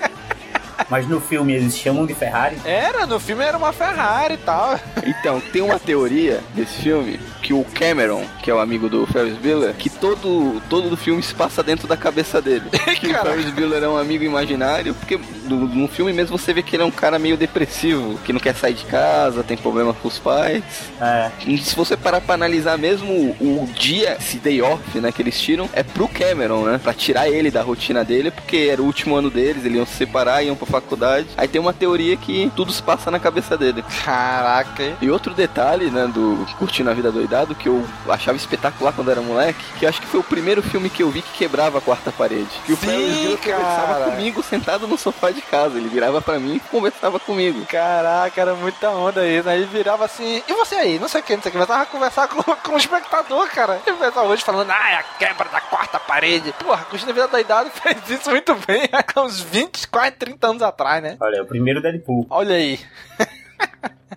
Speaker 6: Mas no filme eles chamam de Ferrari,
Speaker 2: Era, no filme era uma Ferrari e tal.
Speaker 5: Então, tem uma teoria desse filme que o Cameron, que é o amigo do Ferris Bueller, que todo todo do filme se passa dentro da cabeça dele. que o
Speaker 2: Caraca.
Speaker 5: Ferris Bueller é um amigo imaginário, porque no, no filme mesmo você vê que ele é um cara meio depressivo, que não quer sair de casa, tem problema com os pais.
Speaker 6: é,
Speaker 5: E se você parar pra analisar mesmo o, o dia, esse day off, né, que eles tiram, é pro Cameron, né? Pra tirar ele da rotina dele, porque era o último ano deles, eles iam se separar, iam pra faculdade. Aí tem uma teoria que tudo se passa na cabeça dele.
Speaker 2: Caraca, hein?
Speaker 5: E outro detalhe, né, do Curtindo a Vida Doidado, que eu achava espetacular quando era moleque, que eu acho que foi o primeiro filme que eu vi que quebrava a quarta parede. Que o
Speaker 2: Sim,
Speaker 5: Ferris Bueller conversava
Speaker 2: cara.
Speaker 5: comigo sentado no sofá de casa. Ele virava pra mim e conversava comigo.
Speaker 2: Caraca, era muita onda isso. Aí virava assim, e você aí? Não sei o que, não sei o que. Mas tava conversar com, com o espectador, cara. E o pessoal hoje falando, ah, é a quebra da quarta parede. Porra, Cristina Vida Doidado fez isso muito bem há uns 20, quase 30 anos atrás, né?
Speaker 6: olha, o primeiro Deadpool.
Speaker 2: Olha aí.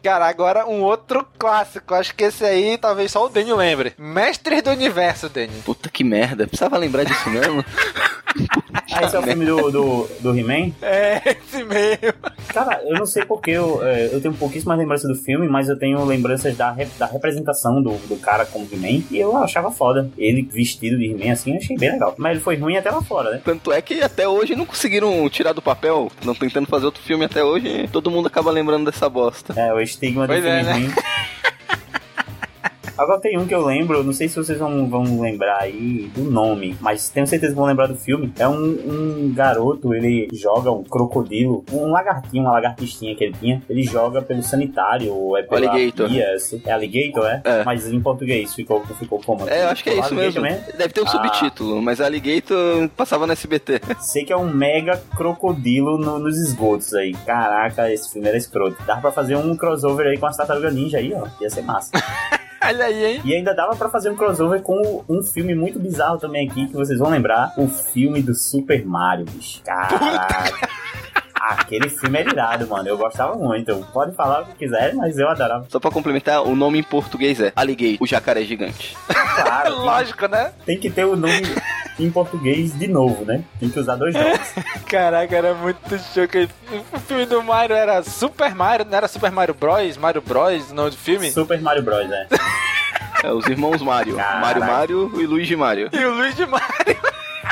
Speaker 2: Cara, agora um outro clássico. Acho que esse aí talvez só o Danny lembre. Mestres do Universo, Danny.
Speaker 5: Puta que merda, precisava lembrar disso mesmo?
Speaker 6: Ah, esse é o filme do, do, do He-Man?
Speaker 2: É, esse mesmo.
Speaker 6: Cara, eu não sei porque eu, é, eu tenho pouquíssimas lembranças do filme, mas eu tenho lembranças da, rep- da representação do, do cara como He-Man e eu achava foda. Ele vestido de He-Man assim, eu achei bem legal. Mas ele foi ruim até lá fora, né?
Speaker 5: Tanto é que até hoje não conseguiram tirar do papel. Não tentando fazer outro filme até hoje. e Todo mundo acaba lembrando dessa bosta.
Speaker 6: É, o estigma do
Speaker 2: Pois
Speaker 6: filme
Speaker 2: é, né?
Speaker 6: ruim. Agora tem um que eu lembro, não sei se vocês vão, vão lembrar aí do nome, mas tenho certeza que vão lembrar do filme. É um, um garoto, ele joga um crocodilo, um lagartinho, uma lagartistinha que ele tinha, ele joga pelo sanitário, ou é pela
Speaker 5: Alligator.
Speaker 6: pia, assim. é alligator, é?
Speaker 5: É.
Speaker 6: Mas em português ficou, ficou como?
Speaker 5: É, eu acho que é isso
Speaker 6: Alligator
Speaker 5: mesmo. Deve ter um
Speaker 6: Ah.
Speaker 5: subtítulo, mas Alligator passava no SBT.
Speaker 6: Sei que é um mega crocodilo no- nos esgotos aí. Caraca, esse filme era escroto. Dá pra fazer um crossover aí com as tartarugas ninja aí, ó. Ia ser massa.
Speaker 2: Olha aí, hein?
Speaker 6: E ainda dava pra fazer um crossover com um filme muito bizarro também aqui, que vocês vão lembrar. O filme do Super Mario, bicho. Caraca. Aquele filme era irado, mano. Eu gostava muito. Pode falar o que quiser, mas eu adorava.
Speaker 5: Só pra complementar, o nome em português é Alligator, o jacaré gigante.
Speaker 2: É
Speaker 6: Claro, tem-
Speaker 2: lógico, né?
Speaker 6: tem que ter o nome em português de novo, né? Tem que usar dois nomes.
Speaker 2: Caraca, era muito chocante. O filme do Mario era Super Mario, não era Super Mario Bros? Mario Bros, o nome do filme?
Speaker 6: Super Mario Bros, né?
Speaker 5: É, os irmãos Mario.
Speaker 6: Caraca.
Speaker 5: Mario Mario e Luigi Mario.
Speaker 2: E o Luigi Mario.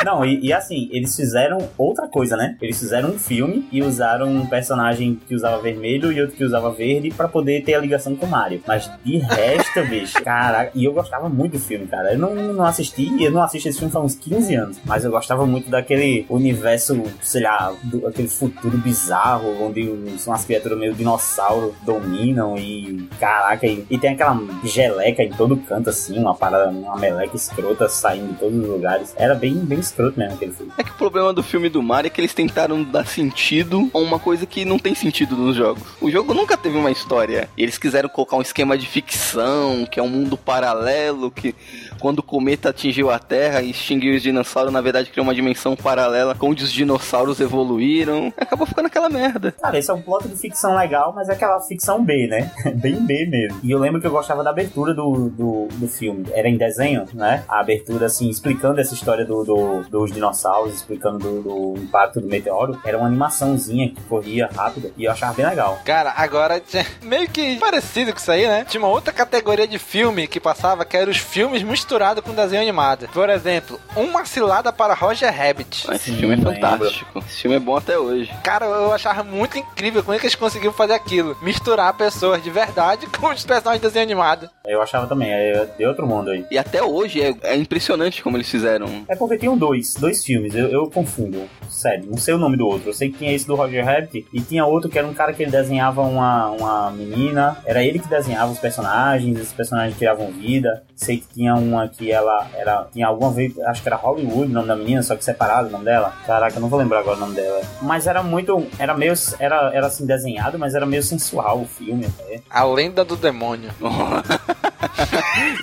Speaker 6: Não, e, e assim, eles fizeram outra coisa, né? Eles fizeram um filme e usaram um personagem que usava vermelho e outro que usava verde pra poder ter a ligação com o Mario. Mas de resto, bicho, caraca. E eu gostava muito do filme, cara. Eu não, não assisti, eu não assisto esse filme faz uns 15 anos. Mas eu gostava muito daquele universo, sei lá, do- aquele futuro bizarro, onde são as criaturas meio dinossauro dominam e caraca. E, e tem aquela geleca em todo canto, assim, uma parada, uma meleca escrota saindo de todos os lugares. Era bem, bem escroto mesmo aquele filme.
Speaker 5: É que o problema do filme do Mario é que eles tentaram dar sentido a uma coisa que não tem sentido nos jogos. O jogo nunca teve uma história. E eles quiseram colocar um esquema de ficção, que é um mundo paralelo, que quando o cometa atingiu a Terra e extinguiu os dinossauros, na verdade criou uma dimensão paralela onde os dinossauros evoluíram. Acabou ficando aquela merda.
Speaker 6: Cara, esse é um plot de ficção legal, mas é aquela ficção B, né? Bem B mesmo. E eu lembro que eu gostava da abertura do, do, do filme. Era em desenho, né? A abertura, assim, explicando essa história do, do- dos dinossauros, explicando do, do impacto do meteoro. Era uma animaçãozinha que corria rápida e eu achava bem legal.
Speaker 2: Cara, agora tinha- meio que parecido com isso aí, né? Tinha uma outra categoria de filme que passava que era os filmes misturados com desenho animado. Por exemplo, Uma Cilada para Roger Rabbit.
Speaker 5: Esse
Speaker 6: Sim,
Speaker 5: filme é
Speaker 6: lembro.
Speaker 5: fantástico. Esse filme é bom até hoje.
Speaker 2: Cara, eu achava muito incrível como é que eles conseguiam fazer aquilo. Misturar pessoas de verdade com os personagens de desenho animado.
Speaker 6: Eu achava também, é de outro mundo aí.
Speaker 5: E até hoje é, é impressionante como eles fizeram.
Speaker 6: É porque tinham dois, dois filmes, eu, eu confundo. Sério, não sei o nome do outro. Eu sei que tinha esse do Roger Rabbit e tinha outro que era um cara que ele desenhava uma, uma menina. Era ele que desenhava os personagens, esses personagens tiravam vida. Sei que tinha uma que ela era. Tinha alguma vez, acho que era Hollywood o nome da menina, só que separado o nome dela. Caraca, eu não vou lembrar agora o nome dela. Mas era muito. Era meio. Era, era assim desenhado, mas era meio sensual o filme até.
Speaker 2: A Lenda do Demônio.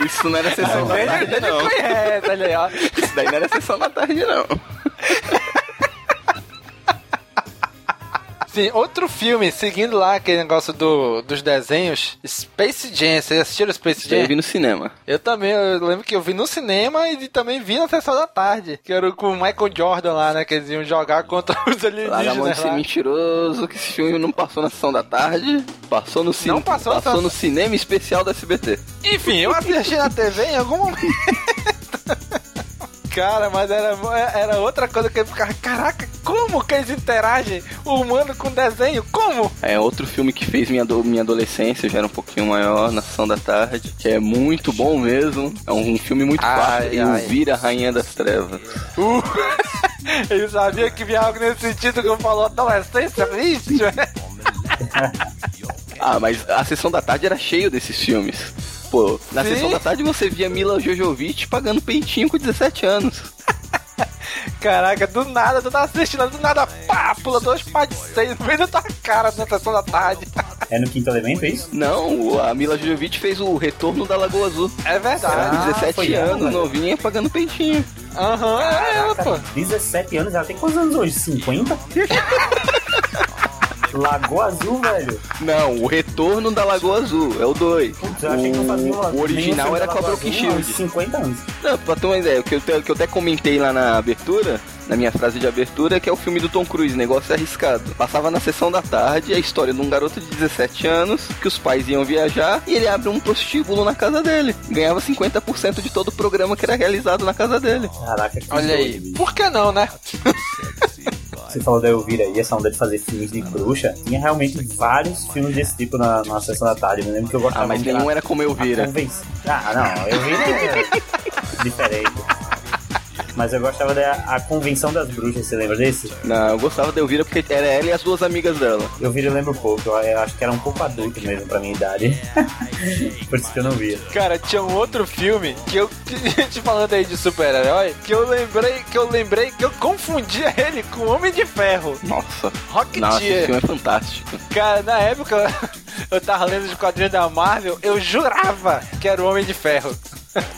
Speaker 5: Isso não era sessão da tarde, não.
Speaker 2: É, olha aí, ó.
Speaker 5: Isso daí não era sessão da tarde, não.
Speaker 2: Sim, Assim, outro filme, seguindo lá aquele negócio do, dos desenhos, Space Jam. Vocês assistiram Space
Speaker 5: Isso daí
Speaker 2: Jam?
Speaker 5: eu vi no cinema.
Speaker 2: Eu também, eu lembro que eu vi no cinema e também vi na sessão da tarde. Que era com o Michael Jordan lá, né? Que eles iam jogar contra os
Speaker 5: Larga a mão de
Speaker 2: alienígenas
Speaker 5: ser
Speaker 2: lá.
Speaker 5: mentiroso, que esse filme não passou na sessão da tarde, passou no, cin
Speaker 2: Não passou na
Speaker 5: no cinema especial da SBT.
Speaker 2: Enfim, eu assisti na TV em algum momento. Cara, mas era, era outra coisa que eu ficava, caraca, como que eles interagem o humano um com o desenho? Como?
Speaker 5: É outro filme que fez minha, ado- minha adolescência, eu já era um pouquinho maior, na sessão da tarde, que é muito bom mesmo. É um filme muito
Speaker 2: Ai,
Speaker 5: fácil, e o
Speaker 2: ai.
Speaker 5: Vira Rainha das Trevas.
Speaker 2: Uh, eu sabia que vinha algo nesse sentido que eu falou adolescência, bicho.
Speaker 5: Ah, mas a sessão da tarde era cheio desses filmes. Pô, na
Speaker 2: Sim.
Speaker 5: sessão da tarde você via Mila Jojovic pagando peitinho com 17 anos.
Speaker 2: Caraca, do nada, tu tá assistindo, do nada, pá, pula dois pás de seis no meio da tua cara na sessão da tarde.
Speaker 6: É no quinto elemento, é isso?
Speaker 5: Não, a Mila Jojovic fez o Retorno da Lagoa Então, Azul.
Speaker 2: É verdade.
Speaker 5: Com 17
Speaker 6: foi ela,
Speaker 5: anos,
Speaker 2: né?
Speaker 6: velho.
Speaker 5: novinha, pagando peitinho.
Speaker 2: Aham, é ela, pô.
Speaker 6: 17 anos, ela tem quantos anos hoje? 50? Lagoa Azul, velho.
Speaker 5: Não, o retorno da Lagoa Azul, é o 2.
Speaker 6: Eu achei que eu fazia uma-
Speaker 5: O original
Speaker 6: nenhum filme da
Speaker 5: era com a
Speaker 6: Lagoa
Speaker 5: Broken
Speaker 6: Azul há uns
Speaker 5: Shield.
Speaker 6: 50 anos.
Speaker 5: Não, pra ter uma ideia, o que eu, te- o que eu até comentei lá na abertura, na minha frase de abertura, que é o filme do Tom Cruise, negócio arriscado. Passava na sessão da tarde a história de um garoto de 17 anos, que os pais iam viajar, e ele abre um prostíbulo na casa dele. Ganhava 50% de todo o programa que era realizado na casa dele.
Speaker 6: Caraca, que
Speaker 2: Olha
Speaker 6: doido,
Speaker 2: aí.
Speaker 6: bicho.
Speaker 2: Por que não, né?
Speaker 6: Você falou da Elvira aí, essa onda de fazer filmes de bruxa. Tinha realmente vários filmes desse tipo na, na sessão da tarde. Eu me lembro que eu gostava
Speaker 5: Ah, mas
Speaker 6: muito da-
Speaker 5: nenhum era como eu
Speaker 6: a
Speaker 5: vira.
Speaker 6: convenção. Ah, não, Elvira é diferente. Mas eu gostava da a Convenção das Bruxas, você lembra desse?
Speaker 5: Não, eu gostava da Elvira porque era ela e as duas amigas dela.
Speaker 6: Eu vi, eu lembro pouco. Eu, eu acho que era um pouco adulto mesmo pra minha idade. Por isso que eu não via.
Speaker 2: Cara, tinha um outro filme que eu te falando aí de super-herói, que eu lembrei, que eu lembrei que eu confundia ele com Homem de Ferro,
Speaker 5: Nossa, nossa, esse
Speaker 2: Rocketeer.
Speaker 5: filme é fantástico.
Speaker 2: Cara, na época eu tava lendo os quadrinhos da Marvel, eu jurava que era o Homem de Ferro.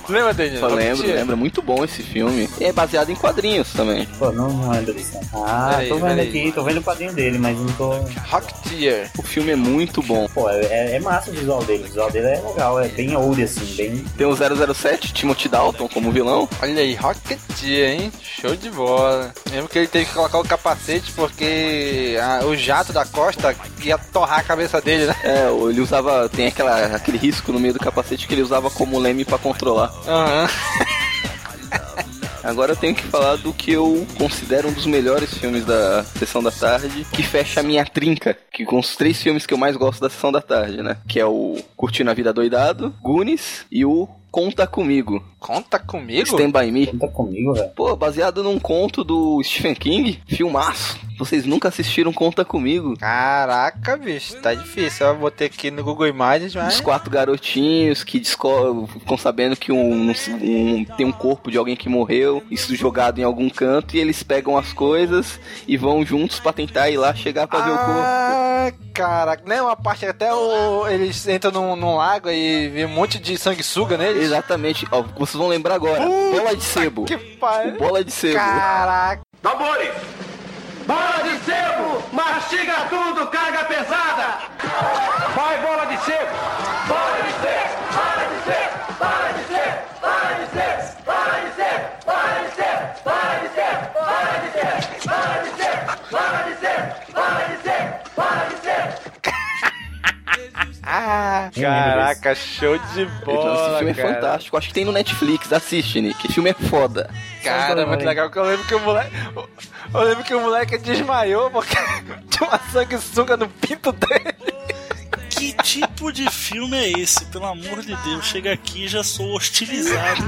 Speaker 2: Lembra, Danilo?
Speaker 5: Só lembro,
Speaker 2: Rocketeer.
Speaker 5: lembro, é muito bom esse filme. E é baseado em quadrinhos também.
Speaker 6: Pô, não, não lembro disso. não. Ah,
Speaker 2: Peraí,
Speaker 6: tô vendo
Speaker 2: peraí.
Speaker 6: aqui, tô vendo o quadrinho dele, mas não tô.
Speaker 2: Rocketeer.
Speaker 5: O filme é muito bom.
Speaker 6: Pô, é- é, é massa o visual dele. O visual dele é legal, é bem old assim, bem.
Speaker 5: Tem o 007, Timothy Dalton como vilão.
Speaker 2: Olha aí, Rocketeer, hein? Show de bola. Mesmo que ele teve que colocar o capacete porque ah, o jato da Costa ia torrar a cabeça dele, né?
Speaker 5: É, ou ele usava. Tem aquela, aquele risco no meio do capacete que ele usava como leme pra controlar.
Speaker 2: Aham.
Speaker 5: Agora eu tenho que falar do que eu considero um dos melhores filmes da Sessão da Tarde, que fecha a minha trinca, que com os três filmes que eu mais gosto da Sessão da Tarde, né? Que é o Curtindo a Vida Doidado, Goonies e o Conta Comigo,
Speaker 2: Conta comigo?
Speaker 5: Stand By Me.
Speaker 6: Conta comigo, velho.
Speaker 5: Pô, baseado num conto do Stephen King, filmaço. Vocês nunca assistiram Conta Comigo?
Speaker 2: Caraca, bicho, tá difícil. Eu botei aqui no Google Imagens,
Speaker 5: Os
Speaker 2: mas.
Speaker 5: quatro garotinhos que desco- ficam sabendo que um, um- tem um corpo de alguém que morreu, isso jogado em algum canto, e eles pegam as coisas e vão juntos pra tentar ir lá chegar pra ver o corpo.
Speaker 2: Ah, caraca. Não é uma parte que até o- eles entram num, num lago e vê um monte de sanguessuga neles?
Speaker 5: Exatamente, ó, vocês vão lembrar agora.
Speaker 2: Puta
Speaker 5: bola de sebo.
Speaker 2: Que pariu.
Speaker 5: Bola de sebo.
Speaker 2: Caraca. Ah, caraca, show de
Speaker 5: Então, esse
Speaker 2: bola,
Speaker 5: filme
Speaker 2: cara.
Speaker 5: é fantástico. Acho que tem no Netflix. Assiste, Nick. Esse filme é foda.
Speaker 2: Cara, é muito legal que eu lembro que o moleque. Eu lembro que o moleque desmaiou porque tinha uma sanguessuga no pinto dele.
Speaker 7: Que tipo de filme é esse? Pelo amor de Deus, chega aqui e já sou hostilizado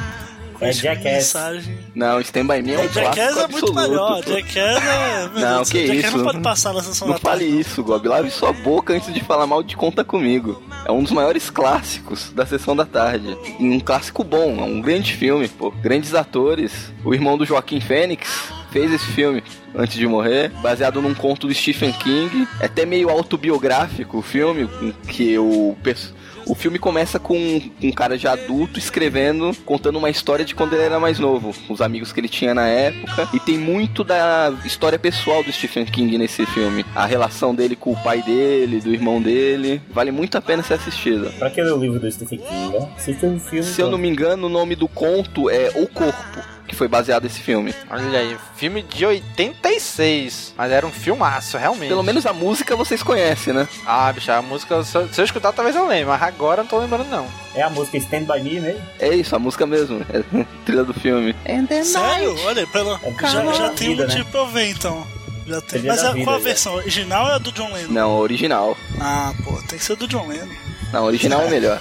Speaker 7: com
Speaker 6: É
Speaker 7: esse tipo de
Speaker 6: Jackass.
Speaker 7: mensagem.
Speaker 5: Não, Stand By Me é um clássico
Speaker 7: Jackass é muito
Speaker 5: absoluto.
Speaker 7: melhor.
Speaker 5: pô.
Speaker 7: Jackass é. meu
Speaker 5: Não,
Speaker 7: Deus,
Speaker 5: que
Speaker 7: Jackass
Speaker 5: isso.
Speaker 7: não pode passar na sessão
Speaker 5: Não
Speaker 7: da tarde.
Speaker 5: fale isso, Gob. Lave sua boca antes de falar mal de Conta Comigo. É um dos maiores clássicos da sessão da tarde. E Um clássico bom, é um grande filme, pô. Grandes atores. O irmão do Joaquim Fênix fez esse filme antes de morrer, baseado num conto do Stephen King. É até meio autobiográfico o filme, em que o perso- o filme começa com um- um cara já adulto escrevendo, contando uma história de quando ele era mais novo, os amigos que ele tinha na época. E tem muito da história pessoal do Stephen King nesse filme. A relação dele com o pai dele, do irmão dele. Vale muito a pena ser assistida.
Speaker 6: Pra que ler o livro do Stephen King, né? Assista o filme.
Speaker 5: Se eu não me engano, o nome do conto é O Corpo, que foi baseado nesse filme.
Speaker 2: Olha aí, filme de 86. Mas era um filmaço, realmente.
Speaker 5: Pelo menos a música vocês conhecem, né?
Speaker 2: Ah, bicho, a música, se eu, se eu escutar, talvez eu lembre, mas agora eu não tô lembrando, não.
Speaker 6: É a música Stand By Me né? mesmo?
Speaker 5: É isso, a música mesmo. É a trilha do filme.
Speaker 7: Sério? Olha, pelo...
Speaker 6: É porque
Speaker 7: já,
Speaker 6: é
Speaker 7: já
Speaker 6: da
Speaker 7: tem um
Speaker 6: vida, né?
Speaker 7: motivo pra eu ver então. Já tem.
Speaker 6: Seria
Speaker 7: Mas
Speaker 6: da
Speaker 7: é-
Speaker 6: vida,
Speaker 7: qual a
Speaker 6: já.
Speaker 7: versão? A original é a do John Lennon?
Speaker 5: Não, a original.
Speaker 7: Ah, pô, tem que ser do John Lennon.
Speaker 5: Não, a original é melhor.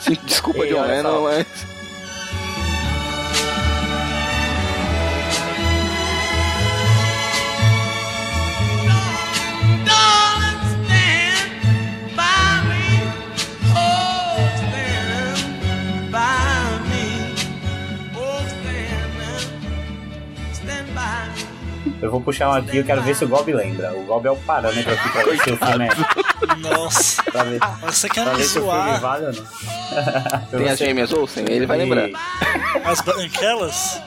Speaker 5: Sim, Desculpa,
Speaker 6: Ei,
Speaker 5: John né? é.
Speaker 6: olha
Speaker 5: Lennon,
Speaker 6: só.
Speaker 5: mas.
Speaker 6: Eu vou puxar um aqui, eu quero ver se o Gob lembra. O Gob é o parâmetro aqui pra ver se o filme é.
Speaker 7: Nossa,
Speaker 6: Pra ver,
Speaker 7: mas você quer
Speaker 6: pra
Speaker 7: me
Speaker 6: ver se o filme
Speaker 7: zoar
Speaker 6: vale ou não. Pra
Speaker 5: Tem
Speaker 6: você-
Speaker 5: as gêmeas Olsen, ele vai
Speaker 6: E
Speaker 5: lembrar.
Speaker 7: as branquelas?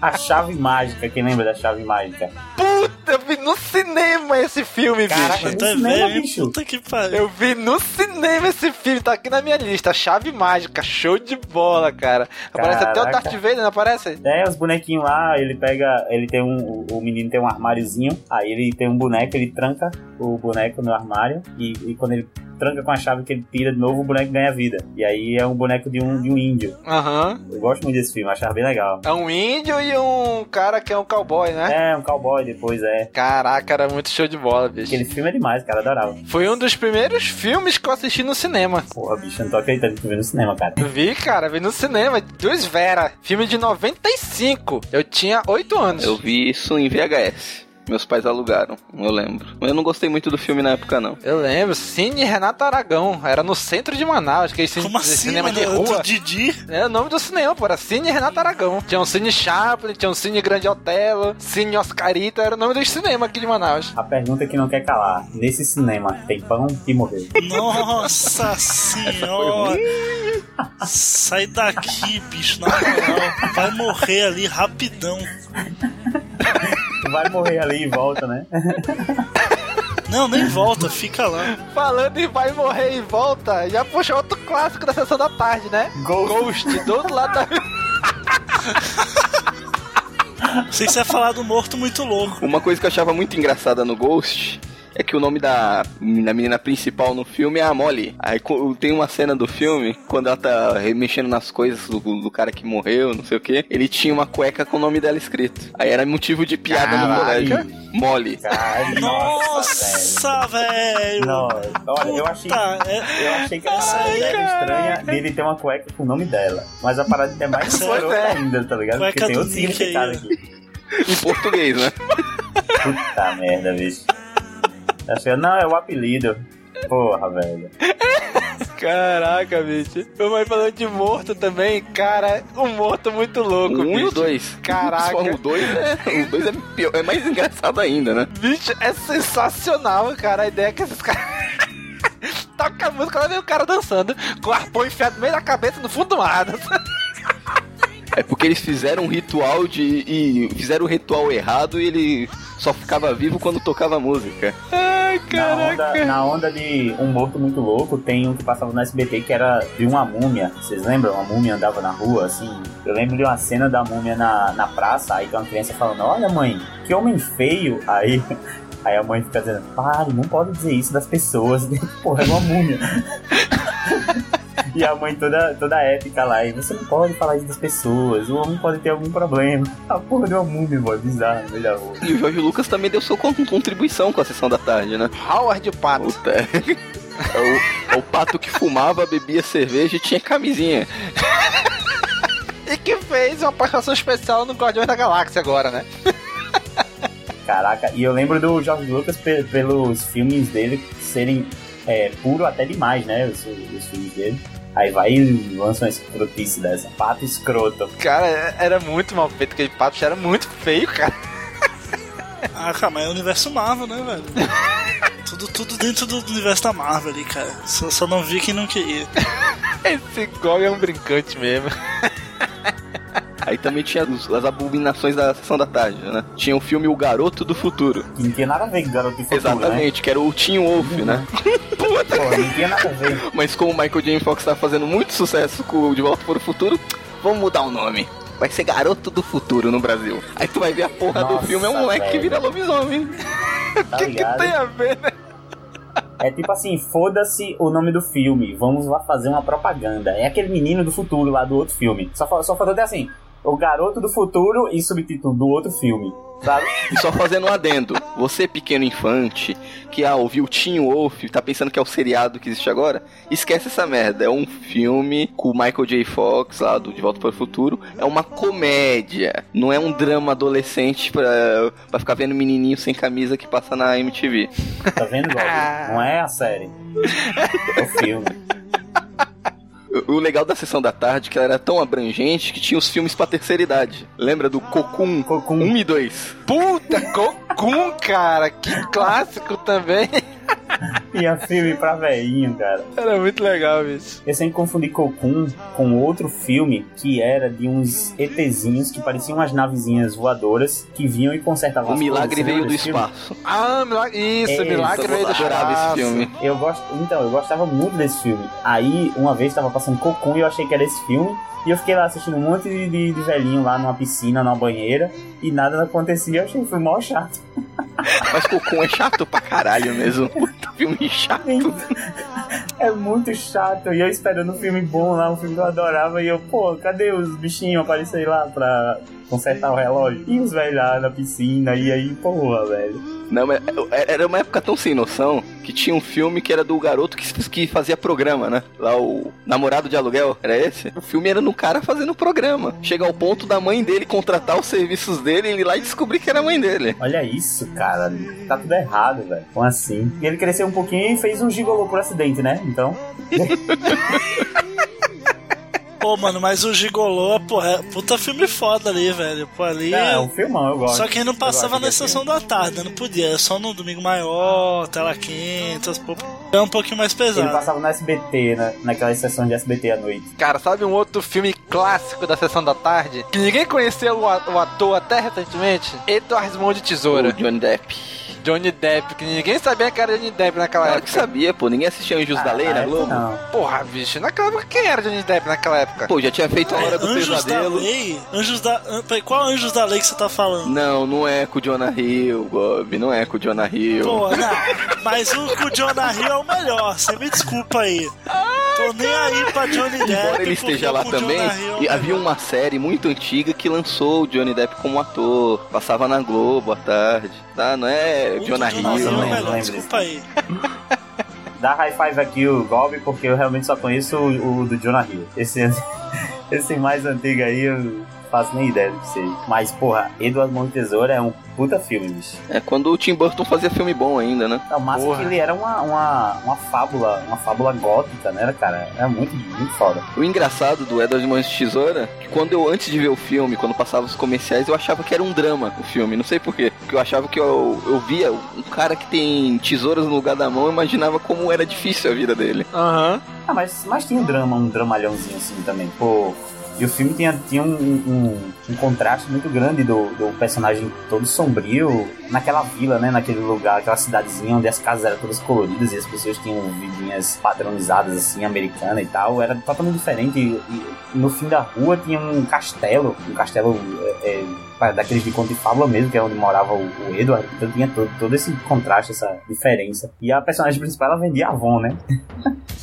Speaker 6: A chave mágica, quem lembra da chave mágica?
Speaker 2: Puta, eu vi no cinema esse filme,
Speaker 6: Caraca,
Speaker 2: bicho.
Speaker 6: no cinema, bicho.
Speaker 7: Puta que pariu.
Speaker 2: Eu vi no Um cinema esse filme, tá aqui na minha lista. Chave mágica, show de bola, cara. Aparece até o
Speaker 6: Caraca.
Speaker 2: Darth Vader, não aparece?
Speaker 6: É, os bonequinhos lá, ele pega. Ele tem um. o- O menino tem um armáriozinho. Aí ele tem um boneco, ele tranca o boneco no armário. E, e quando ele tranca com a chave que ele tira de novo, o boneco ganha vida. E aí é um boneco de um, de um índio.
Speaker 2: Aham.
Speaker 6: Eu gosto muito desse filme, achava bem legal.
Speaker 2: É um índio e um cara que é um cowboy, né?
Speaker 6: É, um cowboy depois, é.
Speaker 2: Caraca, era muito show de bola, bicho.
Speaker 6: Aquele filme é demais, cara, adorava.
Speaker 2: Foi um dos primeiros filmes que eu assisti no cinema.
Speaker 6: Porra, bicho, eu não tô acreditando que eu vi no cinema, cara.
Speaker 2: Eu Vi, cara, vi no cinema, Dois Vera, filme de 95. Eu tinha 8 anos.
Speaker 5: Eu vi isso em VHS. Meus pais alugaram, eu lembro. Mas eu não gostei muito do filme na época, não.
Speaker 2: Eu lembro, Cine Renato Aragão, era no centro de Manaus, que é esse
Speaker 7: Como assim,
Speaker 2: cinema
Speaker 7: mano?
Speaker 2: de
Speaker 7: Eu tô
Speaker 2: rua.
Speaker 7: Didi?
Speaker 2: É o nome do cinema, pô, era Cine Renato Aragão. Tinha um Cine Chaplin, tinha um Cine Grande Otelo, Cine Oscarita, era o nome do cinema aqui de Manaus.
Speaker 6: A pergunta que não quer calar. Nesse cinema, tem pão que morreu.
Speaker 7: Nossa senhora. Sai daqui, bicho, na moral. Vai morrer ali rapidão.
Speaker 6: Tu vai morrer ali e volta, né?
Speaker 7: Não, nem volta, fica lá.
Speaker 2: Falando em Vai Morrer e Volta, já puxou outro clássico da sessão da tarde, né?
Speaker 6: Ghost.
Speaker 2: Ghost do outro lado da...
Speaker 7: Não sei se é falar do morto muito louco.
Speaker 5: Uma coisa que eu achava muito engraçada no Ghost é que o nome da, da menina principal no filme é a Molly. Aí co- tem uma cena do filme, quando ela tá mexendo nas coisas do, do cara que morreu, não sei o que, ele tinha uma cueca com o nome dela escrito. Aí era motivo de piada no colégio. Molly.
Speaker 6: Cara, nossa,
Speaker 7: Nossa,
Speaker 6: velho.
Speaker 7: velho.
Speaker 6: Nossa, olha, eu achei.
Speaker 7: Puta, é-
Speaker 6: Eu achei que essa
Speaker 7: Ai,
Speaker 6: ideia era estranha dele ter uma cueca com o nome dela. Mas a parada é mais
Speaker 7: Pois
Speaker 6: escrota
Speaker 2: é.
Speaker 6: ainda, tá ligado?
Speaker 7: Cueca
Speaker 6: Porque tem
Speaker 7: do
Speaker 6: outro
Speaker 7: Nick
Speaker 6: significado
Speaker 7: aí,
Speaker 6: aqui.
Speaker 5: Em português, né?
Speaker 6: Puta merda, bicho. Eu Achei, não, é o apelido. Porra, velho.
Speaker 2: Caraca, bicho. Meu mãe falando de morto também, cara, um morto muito louco,
Speaker 5: O um e o
Speaker 2: bicho.
Speaker 5: dois.
Speaker 2: Caraca.
Speaker 5: Só o dois, é- o dois é, pior- é mais engraçado ainda, né?
Speaker 2: Bicho, é sensacional, cara. A ideia é que esses caras. Toca a música, lá vem o cara dançando, com o arpão enfiado no meio da cabeça, no fundo do mar.
Speaker 5: É porque eles fizeram um ritual de. e fizeram o ritual errado e ele só ficava vivo quando tocava a música.
Speaker 2: Ai,
Speaker 6: Na onda,
Speaker 2: caraca.
Speaker 6: na onda de Um Morto Muito Louco, tem um que passava no SBT que era de uma múmia. Vocês lembram? Uma múmia andava na rua, assim. Eu lembro de uma cena da múmia na, na praça, aí tem uma criança falando, olha mãe, que homem feio. Aí, aí a mãe fica dizendo, pare, não pode dizer isso das pessoas. Porra, é uma múmia. E a mãe toda, toda épica lá, e você não pode falar isso das pessoas, o homem pode ter algum problema. A porra de uma múmia, boy, bizarro, no meio da rua.
Speaker 5: E o Jorge Lucas também deu sua con- contribuição com a sessão da tarde, né?
Speaker 2: Howard Pato.
Speaker 5: Puta. É o, é o pato que fumava, bebia cerveja e tinha camisinha.
Speaker 2: E que fez uma participação especial no Guardiões da Galáxia agora, né?
Speaker 6: Caraca, e eu lembro do Jorge Lucas pe- pelos filmes dele serem é, puro até demais, né? Os, os filmes dele. Aí vai e lança uma escrotice dessa. Pato escroto.
Speaker 2: Cara, era muito mal feito, aquele pato era muito feio, cara.
Speaker 7: Ah, cara, mas é o universo Marvel, né, velho? Tudo, tudo dentro do universo da Marvel ali, cara. Só, só não vi quem não queria.
Speaker 2: Esse Gol é um brincante mesmo.
Speaker 5: Aí também tinha os- as abominações da sessão da tarde, né? Tinha o filme O Garoto do Futuro.
Speaker 6: Que não tinha nada a ver com Garoto de Futuro,
Speaker 5: Exatamente, que era o Tim Wolf, né?
Speaker 6: né? Pô, não tinha nada a ver.
Speaker 5: Mas como o Michael J. Fox tá fazendo muito sucesso com o De Volta para o Futuro, vamos mudar o nome. Vai ser Garoto do Futuro no Brasil. Aí tu vai ver a porra do
Speaker 6: Nossa,
Speaker 5: filme, é um moleque que
Speaker 6: velho.
Speaker 5: vira lobisomem.
Speaker 6: Tá
Speaker 2: O que, que
Speaker 6: ligado?
Speaker 2: tem a ver, né?
Speaker 6: É tipo assim, foda-se o nome do filme, vamos lá fazer uma propaganda. É aquele menino do futuro lá do outro filme. Só, fa- só faltou até assim, o garoto do futuro e subtítulo do outro filme. Sabe?
Speaker 5: E só fazendo um adendo, você pequeno infante que ah, ouviu Teen Wolf, tá pensando que é o seriado que existe agora, esquece essa merda. É um filme com o Michael J. Fox lá do De Volta para o Futuro, é uma comédia, não é um drama adolescente pra, pra ficar vendo menininho sem camisa que passa na MTV.
Speaker 6: Tá vendo, Gob? Não é a série. É o filme.
Speaker 5: O o legal da sessão da tarde é que ela era tão abrangente que tinha os filmes pra terceira idade. Lembra do Cocum?
Speaker 6: Cocum.
Speaker 5: 1 e 2.
Speaker 2: Puta, Cocum, cara, que clássico também.
Speaker 6: Tinha filme pra velhinho, cara.
Speaker 2: Era muito legal isso.
Speaker 6: Eu sempre confundi Cocoon com outro filme que era de uns ETzinhos que pareciam umas navezinhas voadoras que vinham e consertavam
Speaker 5: O
Speaker 6: as
Speaker 5: milagre
Speaker 6: coisas. Você
Speaker 5: veio
Speaker 6: lembra
Speaker 5: do
Speaker 6: desse filme?
Speaker 5: espaço.
Speaker 2: Ah, milagre. Isso,
Speaker 6: É,
Speaker 2: milagre
Speaker 5: eu
Speaker 2: veio do
Speaker 5: adorava esse
Speaker 2: espaço.
Speaker 5: filme.
Speaker 6: Eu gosto, então, eu gostava muito desse filme. Aí, uma vez tava passando Cocum e eu achei que era esse filme. E eu fiquei lá assistindo um monte de, de- de velhinho lá numa piscina, numa banheira, e nada acontecia. Eu achei que foi mó chato.
Speaker 5: Mas Cocum é chato pra caralho mesmo. Puta filme chato.
Speaker 6: É muito chato. E eu esperando um filme bom lá, um filme que eu adorava. E eu, pô, cadê os bichinhos aparecer lá pra consertar o relógio? E os velhos lá na piscina, e aí, porra, velho.
Speaker 5: Não, mas é, era uma época tão sem noção que tinha um filme que era do garoto que, que fazia programa, né? Lá o Namorado de Aluguel, era esse? O filme era no cara fazendo programa. Chega ao ponto da mãe dele contratar os serviços dele e ele ir lá e descobrir que era a mãe dele.
Speaker 6: Olha isso, cara. Tá tudo errado, velho. Como assim? E ele cresceu um pouquinho e fez um gigolô por acidente, né? Então.
Speaker 7: Pô, mano, mas o Gigolô, porra, é puta filme foda ali, velho. Pô, ali.
Speaker 6: É, é um filmão, eu gosto.
Speaker 7: Só que não passava
Speaker 6: Eu
Speaker 7: na
Speaker 6: gosto desse
Speaker 7: sessão da tarde, né? não podia. Era só no domingo maior, tela quente, as pô. É um pouquinho mais
Speaker 6: Ele
Speaker 7: pesado.
Speaker 6: passava no SBT, né? naquelas sessões de SBT à noite.
Speaker 2: Cara, sabe um outro filme clássico da Sessão da Tarde? Que ninguém conheceu o a- o ator até recentemente? Eduardo Mão de
Speaker 5: O
Speaker 2: Tesoura.
Speaker 5: Johnny Depp.
Speaker 2: Johnny Depp, que ninguém sabia que era Johnny Depp naquela
Speaker 5: Claro
Speaker 2: época.
Speaker 5: que sabia, pô. Ninguém assistia Anjos da Lei na
Speaker 6: Ah,
Speaker 5: Globo.
Speaker 6: Não.
Speaker 2: Porra, bicho, naquela época quem era Johnny Depp naquela época?
Speaker 5: Pô, já tinha
Speaker 7: Ah,
Speaker 5: feito a Hora do
Speaker 7: Anjos da
Speaker 5: Pesadelo.
Speaker 7: Lei? Anjos da. an- peraí, Qual Anjos da Lei que você tá falando?
Speaker 5: Não, não é com o Jonah Hill, Bob. Não é com o Jonah Hill.
Speaker 7: Pô, não. Mas o com o Jonah Hill é o melhor. Você me desculpa aí. Tô nem aí pra Johnny Depp.
Speaker 5: Embora ele
Speaker 7: porque
Speaker 5: esteja
Speaker 7: o
Speaker 5: lá
Speaker 7: com o
Speaker 5: também,
Speaker 7: Jonah Hill é o
Speaker 5: e havia um
Speaker 7: melhor.
Speaker 5: uma série muito antiga que lançou o Johnny Depp como ator. Passava na Globo à tarde. Tá, não é
Speaker 7: O com o
Speaker 5: Jonah Hill,
Speaker 7: Hill é o
Speaker 6: né?
Speaker 5: não.
Speaker 7: melhor.
Speaker 6: Lembro.
Speaker 7: Desculpa aí.
Speaker 6: Dá high five aqui o golpe, porque eu realmente só conheço o, o do Jonah Hill. Esse, esse mais antigo aí eu não faço nem ideia do que seja. Mas, porra, Eduardo Mão de Tesoura é um puta filme, bicho. É
Speaker 5: É quando o Tim Burton fazia filme bom ainda, né?
Speaker 6: O massa
Speaker 2: Porra.
Speaker 6: que ele era uma, uma, uma fábula, uma fábula gótica, né, cara? Era muito, muito foda.
Speaker 5: O engraçado do Edward Mãos de Tesoura, que quando eu, antes de ver o filme, quando passava os comerciais, eu achava que era um drama o filme, não sei porquê. Porque eu achava que eu, eu via um cara que tem tesouras no lugar da mão, eu imaginava como era difícil a vida dele.
Speaker 2: Aham.
Speaker 6: Ah, mas, mas tinha um drama, um dramalhãozinho assim também. Pô, e o filme tinha, tinha um, um, um contraste muito grande do, do personagem todo sombrio naquela vila, né? Naquele lugar, aquela cidadezinha onde as casas eram todas coloridas e as pessoas tinham vidinhas padronizadas, assim, americana e tal. Era totalmente diferente. E, e no fim da rua tinha um castelo, um castelo é, é, pa- daqueles de conto de fábula mesmo, que é onde morava o, o Edward. Então tinha todo, todo esse contraste, essa diferença. E a personagem principal, ela vendia Avon, né?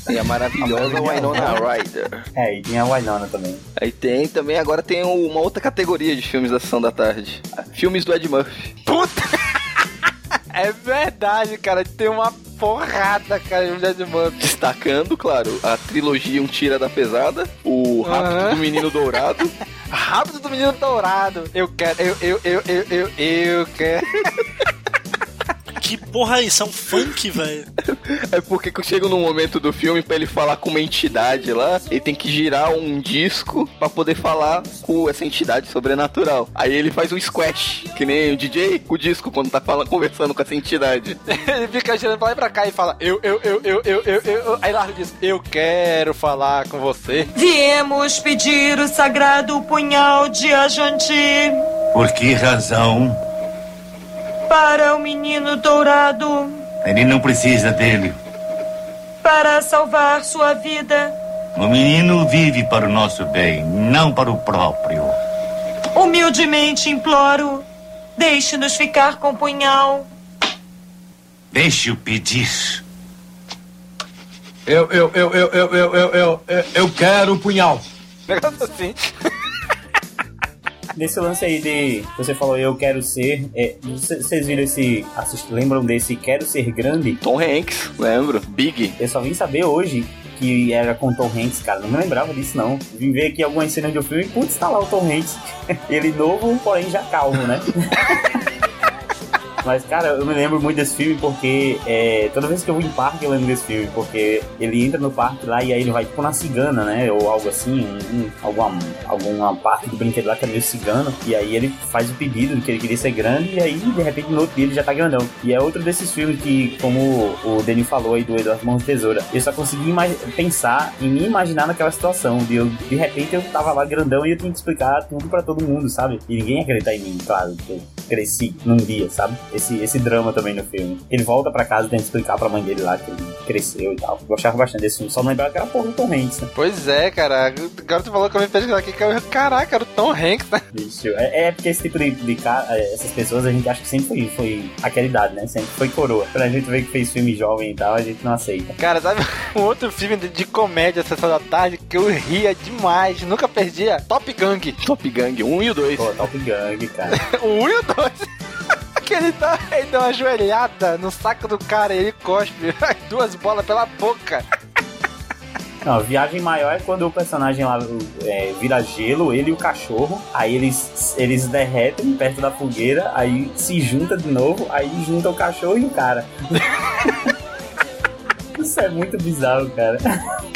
Speaker 5: E a maravilhosa Winona Ryder.
Speaker 6: É, e tinha a Winona também.
Speaker 5: Aí tem também, agora tem uma outra categoria de filmes da Sessão da Tarde. Filmes do Ed Murphy.
Speaker 2: Puta! é verdade, cara. Tem uma porrada, cara, de Dead Murphy.
Speaker 5: Destacando, claro, a trilogia Um Tira da Pesada, o Rápido
Speaker 2: Aham.
Speaker 5: do Menino Dourado.
Speaker 2: Rápido do Menino Dourado. Eu quero, eu, eu, eu, eu, eu, eu quero.
Speaker 7: Que porra é isso? É um funk, velho.
Speaker 5: É porque que eu chego num momento do filme pra ele falar com uma entidade lá, ele tem que girar um disco pra poder falar com essa entidade sobrenatural. Aí ele faz um squash, que nem o DJ com o disco quando tá falando, conversando com essa entidade.
Speaker 2: Ele fica girando pra lá e pra cá e fala, eu, eu, eu, eu, eu, eu, eu. Aí Largo diz, eu quero falar com você.
Speaker 8: Viemos pedir o sagrado punhal de Ajanti
Speaker 9: Por que razão?
Speaker 8: para o menino dourado,
Speaker 9: Ele não precisa dele.
Speaker 8: para salvar sua vida.
Speaker 9: O menino vive para o nosso bem, não para o próprio.
Speaker 8: Humildemente imploro, deixe-nos ficar com o punhal.
Speaker 9: Deixe-o pedir.
Speaker 10: Eu, eu, eu, eu, eu, eu, eu, eu, eu, eu quero o punhal.
Speaker 2: Negócio assim.
Speaker 6: Nesse lance aí de você falou eu quero ser, é, vocês vocês viram esse, assist- lembram desse quero ser grande?
Speaker 5: Tom Hanks, lembro. Big.
Speaker 6: Eu só vim saber hoje que era com Tom Hanks, cara, não me lembrava disso não. Vim ver aqui algumas cenas do filme e putz, tá lá o Tom Hanks. Ele novo, porém já calvo, né? Mas, cara, eu me lembro muito desse filme porque é, toda vez que eu vou em parque eu lembro desse filme, porque ele entra no parque lá e aí ele vai tipo na cigana, né? Ou algo assim, um, um- alguma, alguma parte do brinquedo lá que é meio cigano. E aí ele faz o pedido de que ele queria ser grande e aí de repente no outro dia ele já tá grandão. E é outro desses filmes que, como o Danny falou aí do Eduardo Mão de Tesoura, eu só consegui ima- pensar e me imaginar naquela situação. De, eu, de repente eu tava lá grandão e eu tinha que explicar tudo pra todo mundo, sabe? E ninguém ia acreditar em mim, claro. porque eu cresci num dia, sabe? Esse, esse drama também no filme. Ele volta pra casa e tenta explicar pra mãe dele lá que ele cresceu e tal. Eu gostava bastante desse filme, só não lembrava que era porra do Tom Hanks, né?
Speaker 2: Pois é, cara. Agora tu falou que eu me pesquisar aqui que eu. Caraca, era o Tom Hanks, né?
Speaker 6: Bicho, é, é porque esse tipo de, de cara, é, essas pessoas a gente acha que sempre foi, foi aquela idade, né? Sempre foi coroa. Pra gente ver que fez filme jovem e tal, a gente não aceita.
Speaker 2: Cara, sabe um outro filme de, de comédia, Sessão da Tarde, que eu ria demais, nunca perdia? Top Gang.
Speaker 5: Top Gang 1 e o 2.
Speaker 6: Pô, Top Gang, cara.
Speaker 2: O 1 e o 2. Que ele dá, ele dá uma joelhada no saco do cara e ele cospe as duas bolas pela boca.
Speaker 6: Não, a viagem maior é quando o personagem lá o- é, vira gelo, ele e o cachorro, aí eles, eles derretem perto da fogueira, aí se junta de novo, aí junta o cachorro e o cara. Isso é muito bizarro, cara.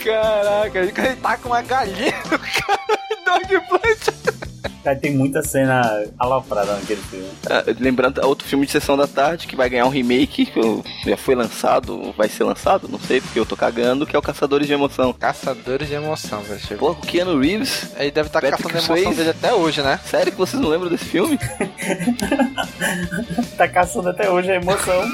Speaker 2: Caraca, ele tá com uma galinha no cara Dog Plant.
Speaker 6: Cara, tem muita cena aloprada naquele filme.
Speaker 5: Ah, lembrando, outro filme de Sessão da Tarde que vai ganhar um remake, que eu- já foi lançado, vai ser lançado, não sei, porque eu tô cagando, que é o Caçadores de Emoção.
Speaker 2: Caçadores de emoção, velho.
Speaker 5: Pô, o Keanu Reeves?
Speaker 2: Ele deve estar tá
Speaker 5: Patrick
Speaker 2: caçando a emoção
Speaker 5: Swayze.
Speaker 2: dele até hoje, né?
Speaker 5: Sério que vocês não lembram desse filme?
Speaker 6: Tá caçando até hoje a emoção.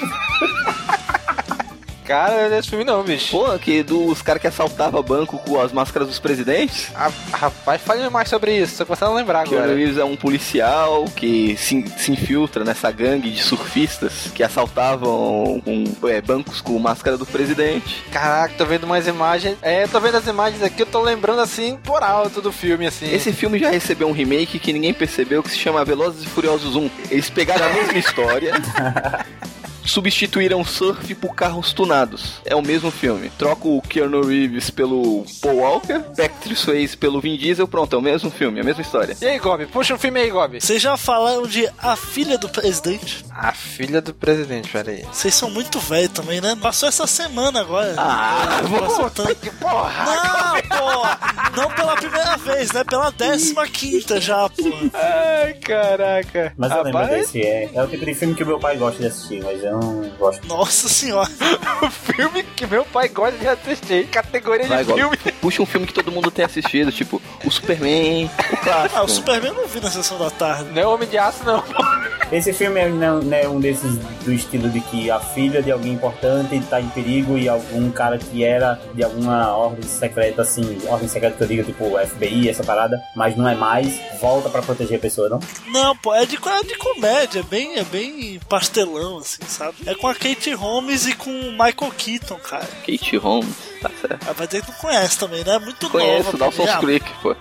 Speaker 2: Cara, esse filme não, bicho.
Speaker 5: Pô, que dos caras que assaltavam banco com as máscaras dos presidentes?
Speaker 2: Ah, rapaz, fale mais sobre isso, tô começando a lembrar
Speaker 5: Keanu
Speaker 2: agora.
Speaker 5: Reeves é um policial que se, in- se infiltra nessa gangue de surfistas que assaltavam um, é, bancos com máscara do presidente.
Speaker 2: Caraca, tô vendo umas imagens. É, tô vendo as imagens aqui, eu tô lembrando assim, por alto do filme, assim.
Speaker 5: Esse filme já recebeu um remake que ninguém percebeu, que se chama Velozes e Furiosos 1. Eles pegaram a mesma história, substituíram surf por carros tunados. É o mesmo filme. Troca o Keanu Reeves pelo Paul Walker, Patrick Swayze pelo Vin Diesel, pronto, é o mesmo filme, é a mesma história.
Speaker 2: E aí, Gob? Puxa um filme aí, Gob.
Speaker 7: Vocês já falaram de A Filha do Presidente?
Speaker 2: A filha do presidente, peraí.
Speaker 7: Vocês são muito velhos também, né? Passou essa semana agora. Ah,
Speaker 2: Que porra!
Speaker 7: Não, pô! Não pela primeira vez, né? Pela décima quinta já, pô.
Speaker 2: Ai, caraca.
Speaker 6: Mas eu lembro
Speaker 2: Rapaz,
Speaker 6: desse. É, é o tipo de filme que o meu pai gosta de assistir, mas eu não gosto.
Speaker 7: Nossa senhora.
Speaker 2: o filme que meu pai gosta de assistir. Categoria
Speaker 5: Vai,
Speaker 2: de
Speaker 5: Gob.
Speaker 2: filme.
Speaker 5: Puxa um filme que todo mundo tem assistido, tipo o Superman, o
Speaker 2: Tá
Speaker 7: Ah, o
Speaker 5: clássico.
Speaker 7: Superman eu não vi na sessão da tarde.
Speaker 2: Não é Homem de Aço, não.
Speaker 6: Esse filme é, não, não é um desses do estilo de que a filha de alguém importante tá em perigo e algum cara que era de alguma ordem secreta, assim, ordem secreta que eu digo, tipo FBI, essa parada, mas não é mais, volta pra proteger a pessoa, não?
Speaker 7: Não, pô, é de, é de comédia, é bem, é bem pastelão, assim, sabe? É com a Kate Holmes e com o Michael Keaton, cara.
Speaker 5: Kate Holmes, tá certo.
Speaker 7: Ah, Vai dizer que não conhece também, né? É muito nova.
Speaker 5: Conheço, Dawson's
Speaker 7: pra mim.
Speaker 5: Creek, pô.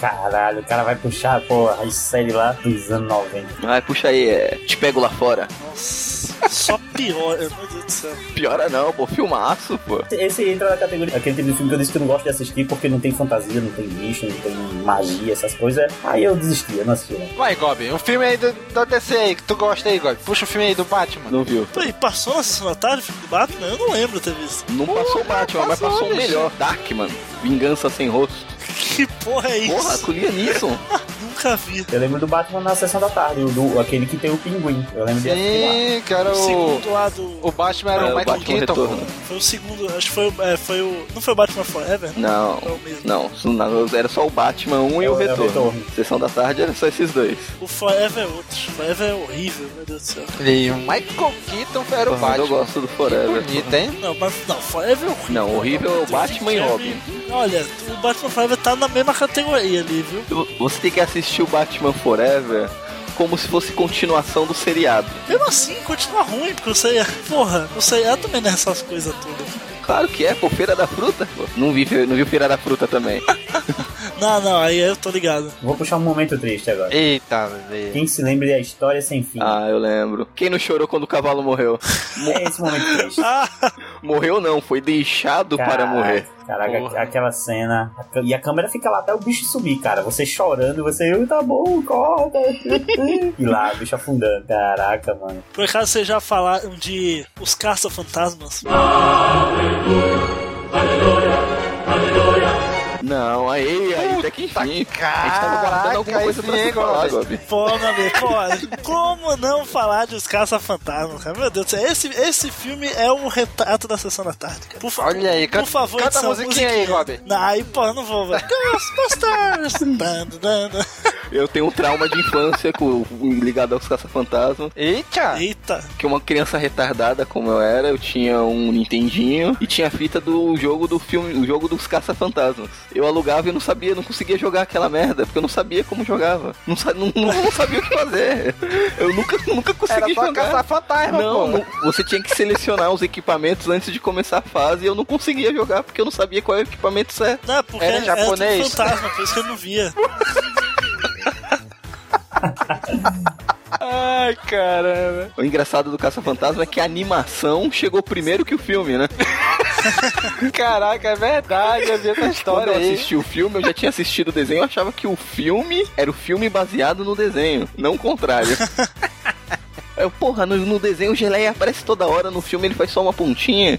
Speaker 6: Caralho, o cara vai puxar, pô, as séries lá dos anos 90.
Speaker 5: Vai, puxa aí, é, te pego lá fora.
Speaker 7: Ah, nossa, só pior, meu Deus do céu.
Speaker 5: Piora não, pô, filmaço, pô.
Speaker 6: Esse entra na categoria, aquele tipo de filme que eu disse que eu não gosto de assistir porque não tem fantasia, não tem bicho, não tem magia, essas coisas. Aí eu desisti, eu não assisti, não.
Speaker 2: Vai, Gob. Um filme aí do, da DC aí, que tu gosta aí, Gob. Puxa um filme aí do Batman.
Speaker 5: Não viu?
Speaker 7: Pô, e passou na sessão da tarde o filme do Batman? Eu não lembro ter visto.
Speaker 5: Não passou o Batman, mas
Speaker 2: passou,
Speaker 5: passou o
Speaker 2: bicho.
Speaker 5: melhor. Darkman. Vingança sem rosto.
Speaker 7: Que porra é isso?
Speaker 5: Porra, com o Liam Neeson.
Speaker 7: Nunca vi.
Speaker 6: Eu lembro do Batman na sessão da tarde, o do, aquele que tem o pinguim. Eu lembro de assistir lá.
Speaker 2: Sim, que era É
Speaker 7: O
Speaker 2: o.
Speaker 7: segundo lá do.
Speaker 2: O Batman era
Speaker 5: É,
Speaker 2: o
Speaker 5: o
Speaker 2: Michael
Speaker 5: Batman
Speaker 2: Keaton.
Speaker 5: Retorno.
Speaker 7: Foi o segundo, acho que foi, o- é, foi o. Não foi o Batman Forever?
Speaker 5: Não,
Speaker 7: É o mesmo.
Speaker 5: não, isso não, era só o Batman 1 e
Speaker 6: É
Speaker 5: o
Speaker 6: o- é o
Speaker 5: Retorno.
Speaker 6: Retorno.
Speaker 5: Sessão da tarde era só esses dois.
Speaker 7: O Forever é outro. Forever é horrível, meu Deus do céu.
Speaker 2: E é o Michael Keaton era o
Speaker 5: Porra, mas eu
Speaker 2: Batman.
Speaker 5: gosto do
Speaker 2: Que
Speaker 5: Forever.
Speaker 2: bonito, hein?
Speaker 7: Não, mas não, Forever é horrível.
Speaker 5: Não, horrível é o
Speaker 7: Tem
Speaker 5: Batman e
Speaker 7: Jim
Speaker 5: Robin.
Speaker 7: Carrey. Olha, o Batman Forever tá na mesma categoria ali, viu?
Speaker 5: Você tem que assistir o Batman Forever como se fosse continuação do seriado.
Speaker 7: Mesmo assim, continua ruim, porque o Seiya. Porra, o Seiya também não é essas coisas todas.
Speaker 5: Claro que é, pô, Feira da Fruta. pô. Não vi, não vi Feira da Fruta também.
Speaker 7: Não, não, aí eu tô ligado.
Speaker 6: Vou puxar um momento triste agora.
Speaker 2: Eita, velho.
Speaker 6: Quem se lembra da história sem fim?
Speaker 5: É. Ah, eu lembro. Quem não chorou quando o cavalo morreu?
Speaker 6: É esse momento triste.
Speaker 7: Ah,
Speaker 5: Morreu não, foi deixado para
Speaker 6: Caraca,
Speaker 5: morrer.
Speaker 6: Caraca,
Speaker 2: Porra.
Speaker 6: aquela cena. a câ- E a câmera fica lá até o bicho subir, cara. Você chorando, você, "Eu, tá bom, corta. e lá, o bicho afundando. Caraca, mano.
Speaker 7: por acaso vocês já falaram de Os Caça-Fantasmas?
Speaker 5: Não, aí, aí, até que enfim. a gente tava guardando alguma
Speaker 2: caraca,
Speaker 5: coisa
Speaker 2: aí
Speaker 5: pra
Speaker 2: sim,
Speaker 5: se falar,
Speaker 2: Gomes.
Speaker 5: Gobi.
Speaker 7: Pô, meu amigo, pô, como não falar de Os Caça-Fantasmas, cara? Meu Deus do céu, esse, esse filme é um retrato da Sessão da Tarde, cara. Por fa-
Speaker 2: Olha aí,
Speaker 7: por
Speaker 2: canta-
Speaker 7: favor,
Speaker 2: canta a
Speaker 7: edição,
Speaker 2: musiquinha aí, Gobi.
Speaker 7: Não, aí, pô, eu não vou, velho. Ghostbusters! Dan, dan, dan.
Speaker 5: Eu tenho um trauma de infância com, ligado aos caça-fantasmas.
Speaker 2: Eita!
Speaker 7: Eita,
Speaker 5: Que uma criança retardada como eu era, eu tinha um Nintendinho e tinha a fita do jogo do filme, o jogo dos caça-fantasmas. Eu alugava e não sabia, não conseguia jogar aquela merda, porque eu não sabia como jogava. Não, sa- não, não- não sabia o que fazer. Eu nunca, nunca
Speaker 2: Era
Speaker 5: consegui
Speaker 2: só
Speaker 5: jogar.
Speaker 2: caçar fantasma,
Speaker 5: Não,
Speaker 2: pô.
Speaker 5: não- você tinha que selecionar os equipamentos antes de começar a fase e eu não conseguia jogar porque eu não sabia qual é o equipamento certo.
Speaker 7: Não, porque
Speaker 2: Era
Speaker 7: era, tudo
Speaker 2: É, japonês?
Speaker 7: fantasma, por isso que eu não via.
Speaker 2: Ai, caramba.
Speaker 5: O engraçado do Caça-Fantasma é que a animação chegou primeiro que o filme, né?
Speaker 2: Caraca, é verdade, eu vi essa
Speaker 5: Quando
Speaker 2: história
Speaker 5: eu
Speaker 2: aí.
Speaker 5: assisti o filme, eu já tinha assistido o desenho, eu achava que o filme era o filme baseado no desenho, não o contrário. Eu, porra, no, no desenho o Geleia aparece toda hora, no filme ele faz só uma pontinha.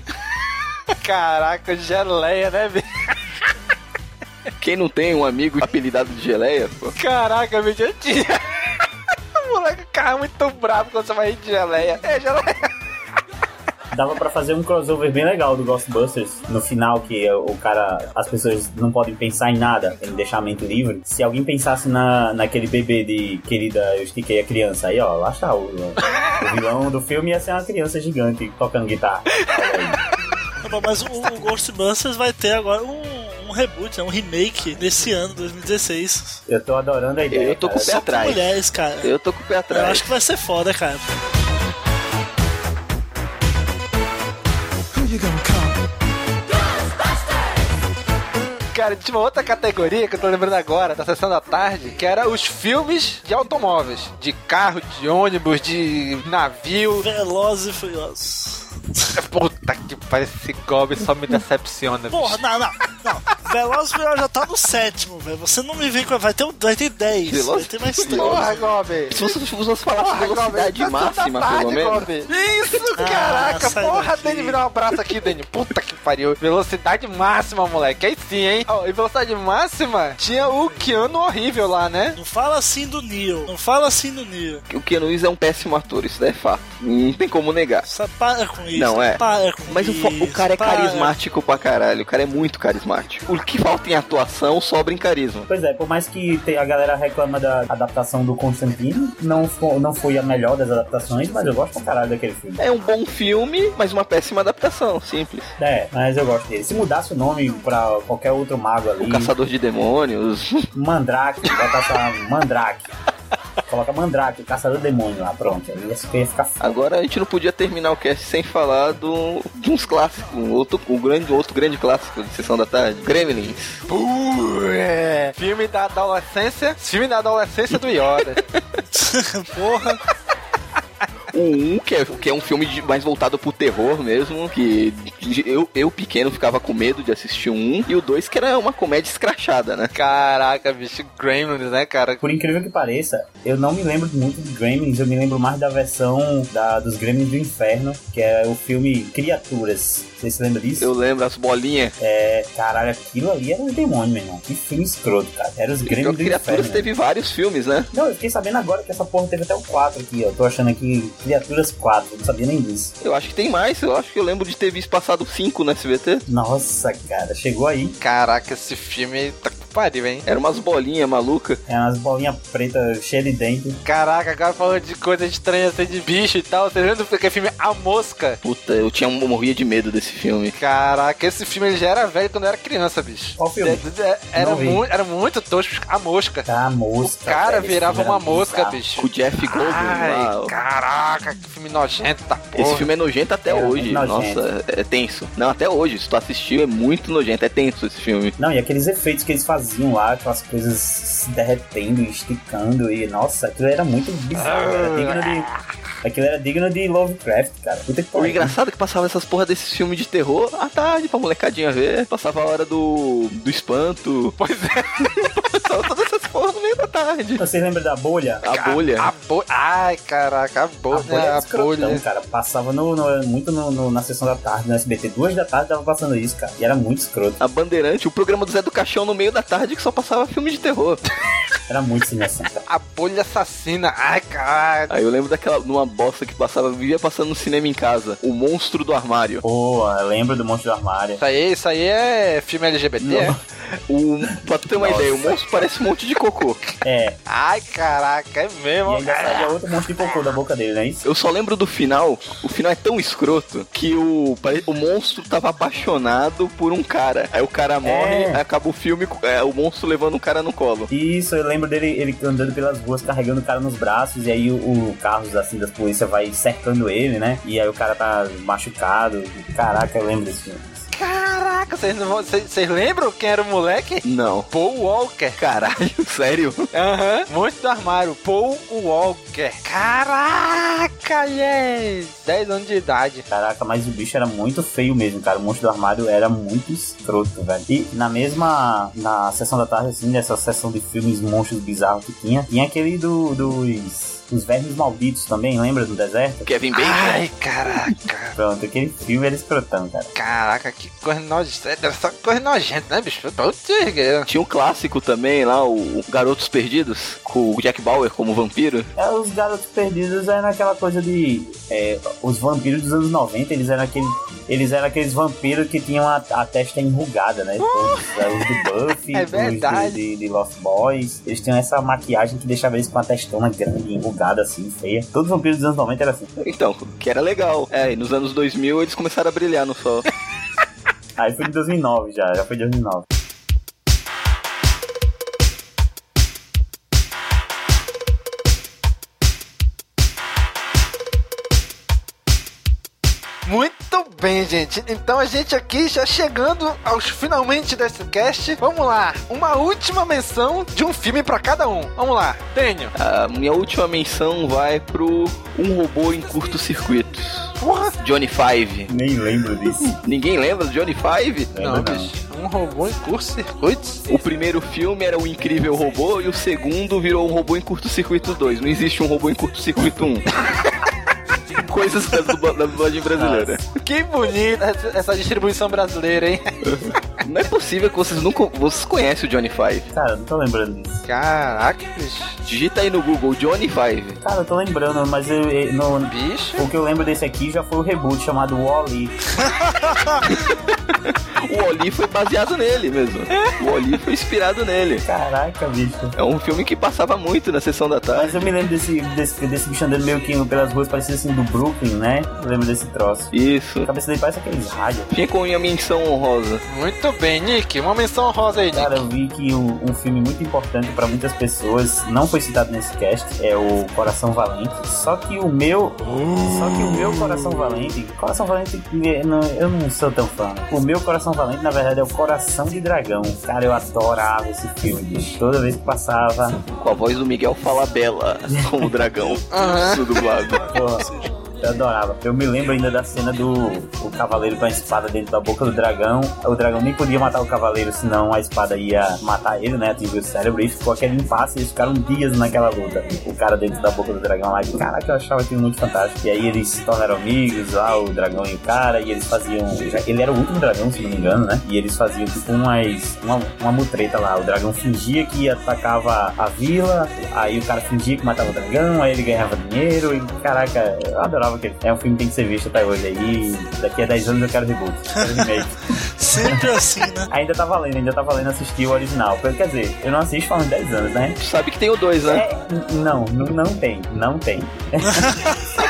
Speaker 2: Caraca, geleia, né, bicho?
Speaker 5: Quem não tem um amigo apelidado de Geleia, pô?
Speaker 2: Caraca, bicho, eu tinha. O moleque ficava muito bravo quando você vai rir de geleia. É, geleia.
Speaker 6: Dava pra fazer um crossover bem legal do Ghostbusters. No final, que é o cara. As pessoas não podem pensar em nada, tem que deixar a mente livre. Se alguém pensasse na, naquele bebê de querida, eu estiquei a criança, aí ó, lá está o, o vilão do filme ia ser uma criança gigante tocando guitarra.
Speaker 7: Não, Tá bom, Mas o, o Ghostbusters vai ter agora um, um reboot, né, um remake nesse ano, 2016.
Speaker 6: Eu tô adorando a ideia.
Speaker 5: Eu tô com
Speaker 6: cara.
Speaker 5: o pé atrás.
Speaker 7: Mulheres, cara. Eu,
Speaker 5: Eu tô com o pé atrás.
Speaker 7: acho que vai ser foda, cara.
Speaker 2: Cara, tinha uma outra categoria que eu tô lembrando agora, da sessão da tarde, que era os filmes de automóveis. De carro, de ônibus, de navio.
Speaker 7: Velozes e Furiosos.
Speaker 2: Puta que pariu, esse Goblin só me decepciona, bicho.
Speaker 7: Porra, não, não, não. Velozes e Furiosos já tá no sétimo, velho. Você não me vem com... Vai ter, um- vai ter 10, vai
Speaker 5: Velozes
Speaker 7: ter mais
Speaker 5: e
Speaker 7: 3.
Speaker 5: Furiosos.
Speaker 2: Porra, Goblin.
Speaker 5: Se você, se você falasse
Speaker 2: Porra, Gobi,
Speaker 5: velocidade
Speaker 2: tá tudo
Speaker 5: máxima,
Speaker 2: na
Speaker 5: pelo
Speaker 2: tarde,
Speaker 5: menos.
Speaker 2: Gobi. Isso, caraca.
Speaker 7: Ah, sai
Speaker 2: Porra,
Speaker 7: daqui.
Speaker 2: Dani, me dá um abraço aqui, Dani. Puta que pariu. Velocidade máxima, moleque. Aí sim, hein? Ó, e velocidade máxima tinha o Keanu horrível lá, né?
Speaker 7: Não fala assim do Neo. Não fala assim do Neo.
Speaker 5: O Keanu Reeves é um péssimo ator, isso daí é fato. Não tem como negar.
Speaker 7: Só para com isso.
Speaker 5: Não, é.
Speaker 7: Para com
Speaker 5: Mas o,
Speaker 7: isso.
Speaker 5: fo- o cara é
Speaker 7: para.
Speaker 5: carismático pra caralho. O cara é muito carismático. O que falta em atuação sobra em carisma.
Speaker 6: Pois é, por mais que te- a galera reclama da adaptação do Constantino, não, fo- não foi a melhor das adaptações, mas eu gosto pra caralho daquele filme.
Speaker 5: É um bom filme, mas uma péssima adaptação, simples.
Speaker 6: É, mas eu gosto dele. Se mudasse o nome pra qualquer outro mago ali,
Speaker 5: O Caçador de Demônios.
Speaker 6: Mandrake, vai passar Mandrake. Coloca Mandrake, caçador demônio lá, pronto. Aí você ia ficar f-
Speaker 5: Agora a gente não podia terminar o cast sem falar do, de uns clássicos. Um Outro, um grande, outro grande clássico de Sessão da Tarde. Gremlins.
Speaker 2: Uh, é. Filme da adolescência. Filme da adolescência do Yoda.
Speaker 7: Porra.
Speaker 5: O 1, que é, que é um filme de- mais voltado pro terror mesmo, que de- eu, eu pequeno ficava com medo de assistir o 1, e o 2 que era uma comédia escrachada, né?
Speaker 2: caraca, bicho. Gremlins, né, cara?
Speaker 6: Por incrível que pareça, eu não me lembro muito de Gremlins, eu me lembro mais da versão da, dos Gremlins do Inferno, que é o filme Criaturas. Vocês se lembram disso?
Speaker 5: Eu lembro as bolinhas.
Speaker 6: É, caralho, aquilo ali era um demônio, meu irmão. Que filme escroto, cara. Era os
Speaker 5: Então,
Speaker 6: Gremlins do Inferno.
Speaker 5: Criaturas
Speaker 6: né?
Speaker 5: teve vários filmes, né?
Speaker 6: Não, eu fiquei sabendo agora que essa porra teve até o 4 aqui, ó. Tô achando aqui Criaturas 4, não sabia nem disso.
Speaker 5: Eu acho que tem mais, eu acho que eu lembro de ter visto passado 5 no SBT.
Speaker 6: Nossa, cara, chegou aí.
Speaker 2: Caraca, esse filme tá que pariu, hein?
Speaker 5: Era umas bolinhas malucas.
Speaker 6: É umas bolinhas pretas cheias de dente.
Speaker 2: Caraca, agora falando de coisa estranha, assim, de bicho e tal. Você lembra do que é filme A Mosca?
Speaker 5: Puta, eu tinha eu morria de medo desse filme.
Speaker 2: Caraca, esse filme ele já era velho quando eu era criança, bicho.
Speaker 6: Qual filme?
Speaker 2: É, é, era,
Speaker 6: Não vi.
Speaker 2: mu era muito tosco. A mosca.
Speaker 6: Tá,
Speaker 2: O
Speaker 6: mosca.
Speaker 2: cara
Speaker 6: velho, esse
Speaker 2: virava
Speaker 6: filme era
Speaker 2: uma mosca,
Speaker 6: bizarro.
Speaker 2: bicho.
Speaker 5: Com o Jeff Goldblum
Speaker 2: Ai,
Speaker 5: lá. ó.
Speaker 2: caraca, que filme nojento da porra.
Speaker 5: Esse filme é nojento até
Speaker 6: É,
Speaker 5: hoje.
Speaker 6: nojento.
Speaker 5: Nossa, é tenso. Não, até hoje. Se tu assistiu, é muito nojento. É tenso esse filme.
Speaker 6: Não, e aqueles efeitos que eles faziam lá, aquelas coisas se derretendo e esticando, e nossa, aquilo era muito bizarro, era digno de. Aquilo era digno de Lovecraft, cara. Puta que
Speaker 5: O
Speaker 6: pariu.
Speaker 5: engraçado é que passava essas porra desses filmes de terror à tarde pra molecadinha ver. Passava a hora do, do espanto.
Speaker 2: Pois é,
Speaker 5: Passava todas essas porra no meio da tarde.
Speaker 6: Você lembra Então, da bolha?
Speaker 5: A bolha.
Speaker 2: a bolha. Ai, caraca, a bolha.
Speaker 6: A bolha era
Speaker 2: a
Speaker 6: escrotão,
Speaker 2: bolha.
Speaker 6: cara. Passava no, no- muito no- no- na sessão da tarde, no SBT. Duas da tarde tava passando isso, cara. E era muito escroto.
Speaker 5: A Bandeirante, o programa do Zé do Caixão no meio da tarde que só passava filme de terror.
Speaker 6: Era muito sem noção, cara.
Speaker 2: A bolha assassina. Ai, caralho.
Speaker 5: Aí eu lembro daquela, numa bosta que passava, vivia passando no cinema em casa. O Monstro do Armário.
Speaker 6: Pô, eu lembro do Monstro do Armário.
Speaker 2: Isso aí, isso aí é filme LGBT? é?
Speaker 5: O, pra tu ter uma
Speaker 6: Nossa.
Speaker 5: ideia, o monstro parece um monte de cocô.
Speaker 6: É,
Speaker 2: Ai, caraca, é
Speaker 6: e
Speaker 2: mesmo.
Speaker 6: ainda saía outro monstro de cocô da boca dele, não é isso?
Speaker 5: Eu só lembro do final. O final é tão escroto que o, pare- o monstro tava apaixonado por um cara. Aí o cara morre,
Speaker 6: É.
Speaker 5: aí acaba o filme, com- é, o monstro levando um cara no colo.
Speaker 6: Isso, eu lembro dele ele andando pelas ruas carregando o cara nos braços e aí o, o carros assim da polícia vai cercando ele, né? E aí o cara tá machucado. Caraca, eu lembro desse filme.
Speaker 2: Caraca, vocês não vão- vocês- vocês lembram quem era o moleque?
Speaker 5: Não.
Speaker 2: Paul Walker.
Speaker 5: Caralho, sério?
Speaker 2: Aham. Monstro do armário, Paul Walker. Caraca, yes! 10 anos de idade.
Speaker 6: Caraca, mas o bicho era muito feio mesmo, cara. O monstro do armário era muito escroto, velho. E na mesma. Na sessão da tarde, assim, nessa sessão de filmes monstros bizarros que tinha, tinha aquele do, dos. Os Vermes Malditos também, lembra do deserto?
Speaker 5: Kevin Bacon?
Speaker 6: Ah,
Speaker 2: Ai, caraca.
Speaker 6: Pronto, aquele filme era escrotão, cara.
Speaker 2: Caraca, que coisa nojenta. Era só coisa nojenta, né, bicho? Putz, grilo.
Speaker 5: Tinha um clássico também lá, o Garotos Perdidos, com o Jack Bauer como vampiro.
Speaker 6: É, os garotos perdidos eram aquela coisa de. é, os vampiros dos anos 90, eles eram, aquele, eles eram aqueles vampiros que tinham a, a testa enrugada, né? Os, é, os do Buffy,
Speaker 2: É
Speaker 6: os
Speaker 2: verdade.
Speaker 6: do, de, de Lost Boys. Eles tinham essa maquiagem que deixava eles com a testona grande, enrugada, assim, feia. Todos os vampiros dos anos 90 eram assim.
Speaker 5: Então, que era legal. É, e nos anos 2000 eles começaram a brilhar no sol.
Speaker 6: Aí foi de 2009 já, já foi de 2009.
Speaker 2: Muito bem, gente. Então a gente aqui já chegando aos finalmente desse cast. Vamos lá. Uma última menção de um filme pra cada um. Vamos lá. Tenho.
Speaker 5: A minha última menção vai pro Um Robô em Curto Circuito.
Speaker 2: Porra.
Speaker 5: Johnny Five.
Speaker 6: Nem lembro disso.
Speaker 5: Ninguém lembra do Johnny Five?
Speaker 2: Não, bicho. Um robô em curso circuitos?
Speaker 5: O primeiro filme era o Incrível Robô e o segundo virou um robô em curto-circuito 2. Não existe um robô em curto-circuito 1. Coisas da dubla- da dublagem brasileira.
Speaker 2: Que bonita essa- essa distribuição brasileira, hein?
Speaker 5: Não é possível que vocês nunca. Vocês conhecem o Johnny Five.
Speaker 6: Cara, eu não tô lembrando disso.
Speaker 2: Caraca, bicho.
Speaker 5: Digita aí no Google Johnny Five.
Speaker 6: Cara, eu tô lembrando, mas eu, eu- no-
Speaker 2: Bicho.
Speaker 6: o que eu lembro desse aqui já foi o reboot chamado Wall-E.
Speaker 5: O Oli foi baseado nele mesmo. O Oli foi inspirado nele.
Speaker 6: Caraca, bicho.
Speaker 5: É um filme que passava muito na sessão da tarde.
Speaker 6: Mas eu me lembro desse, desse, desse bicho andando meio que pelas ruas, parecia assim do Brooklyn, né? Eu lembro desse troço.
Speaker 5: Isso.
Speaker 6: A cabeça dele parece aqueles rádios.
Speaker 5: Fica com minha menção honrosa.
Speaker 2: Muito bem, Nick. Uma menção rosa aí, Nick.
Speaker 6: Cara, eu vi que um, um filme muito importante pra muitas pessoas, não foi citado nesse cast, é o Coração Valente. Só que o meu. Só que o meu Coração Valente. Coração Valente, eh, não- eu não sou tão fã. O meu Coração Valente, na verdade, é o Coração de Dragão. Cara, eu adorava esse filme, bicho. Toda vez que passava,
Speaker 5: Com a voz do Miguel Falabella, como o dragão. Isso dublado.
Speaker 6: Porra, eu adorava. Eu me lembro ainda da cena do o cavaleiro com a espada dentro da boca do dragão. O dragão nem podia matar o cavaleiro, senão a espada ia matar ele, né? Atingir o cérebro. E ficou aquele impasse. Eles ficaram dias naquela luta. O cara dentro da boca do dragão lá. Caraca, eu achava aquilo muito fantástico. E aí eles se tornaram amigos lá, o dragão e o cara. E eles faziam. Ele era o último dragão, se não me engano, né? E eles faziam tipo umas, uma, uma mutreta lá. O dragão fingia que atacava a vila, aí o cara fingia que matava o dragão, aí ele ganhava dinheiro. E caraca, eu adorava aquele. É um filme que tem que ser visto até hoje aí. Daqui a 10 anos eu quero reboot, quero remake.
Speaker 7: Sempre assim, né?
Speaker 6: ainda tá valendo, ainda tá valendo assistir o original. Quer dizer, eu não assisto faz uns 10 anos, né?
Speaker 5: Tu sabe que tem o dois, né?
Speaker 6: É, n- não, n- não tem, não tem.
Speaker 2: Tipo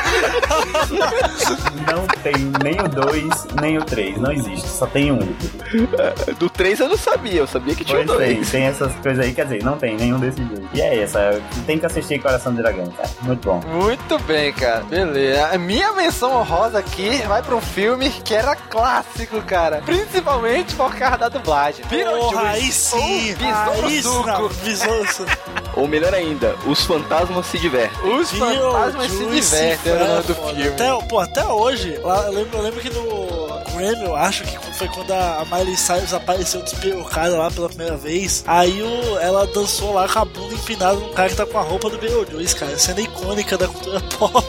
Speaker 6: não tem nem o 2, nem o 3, não existe, só tem um.
Speaker 7: É.
Speaker 5: Do 3 eu não sabia, eu sabia que tinha o
Speaker 6: Pois tem,
Speaker 5: 2.
Speaker 6: tem essas coisas aí, quer dizer, não tem nenhum desses dois. E é essa, tem que assistir Coração do Dragão, cara. Muito bom.
Speaker 2: Muito bem, cara. Beleza. A minha menção honrosa aqui vai pra um filme que era clássico, cara. Principalmente por causa da dublagem.
Speaker 7: Porra, aí
Speaker 2: Beetlejuice
Speaker 7: sim!
Speaker 2: ou
Speaker 7: Aí sim, não,
Speaker 2: Besouro Suco.
Speaker 7: Besouro Suco.
Speaker 5: Ou melhor ainda, os fantasmas se divertem.
Speaker 2: Os fantasmas se
Speaker 7: Beetlejuice,
Speaker 2: divertem era o nome do
Speaker 7: né? foda.
Speaker 2: filme.
Speaker 7: Até, pô, até hoje, lá, eu, lembro, eu lembro que no Grammy, eu acho que foi quando a Miley Cyrus apareceu despirocada lá pela primeira vez. Aí o, ela dançou lá com a bunda empinada num cara que tá com a roupa do Beetlejuice, cara. Cena é icônica da cultura pop.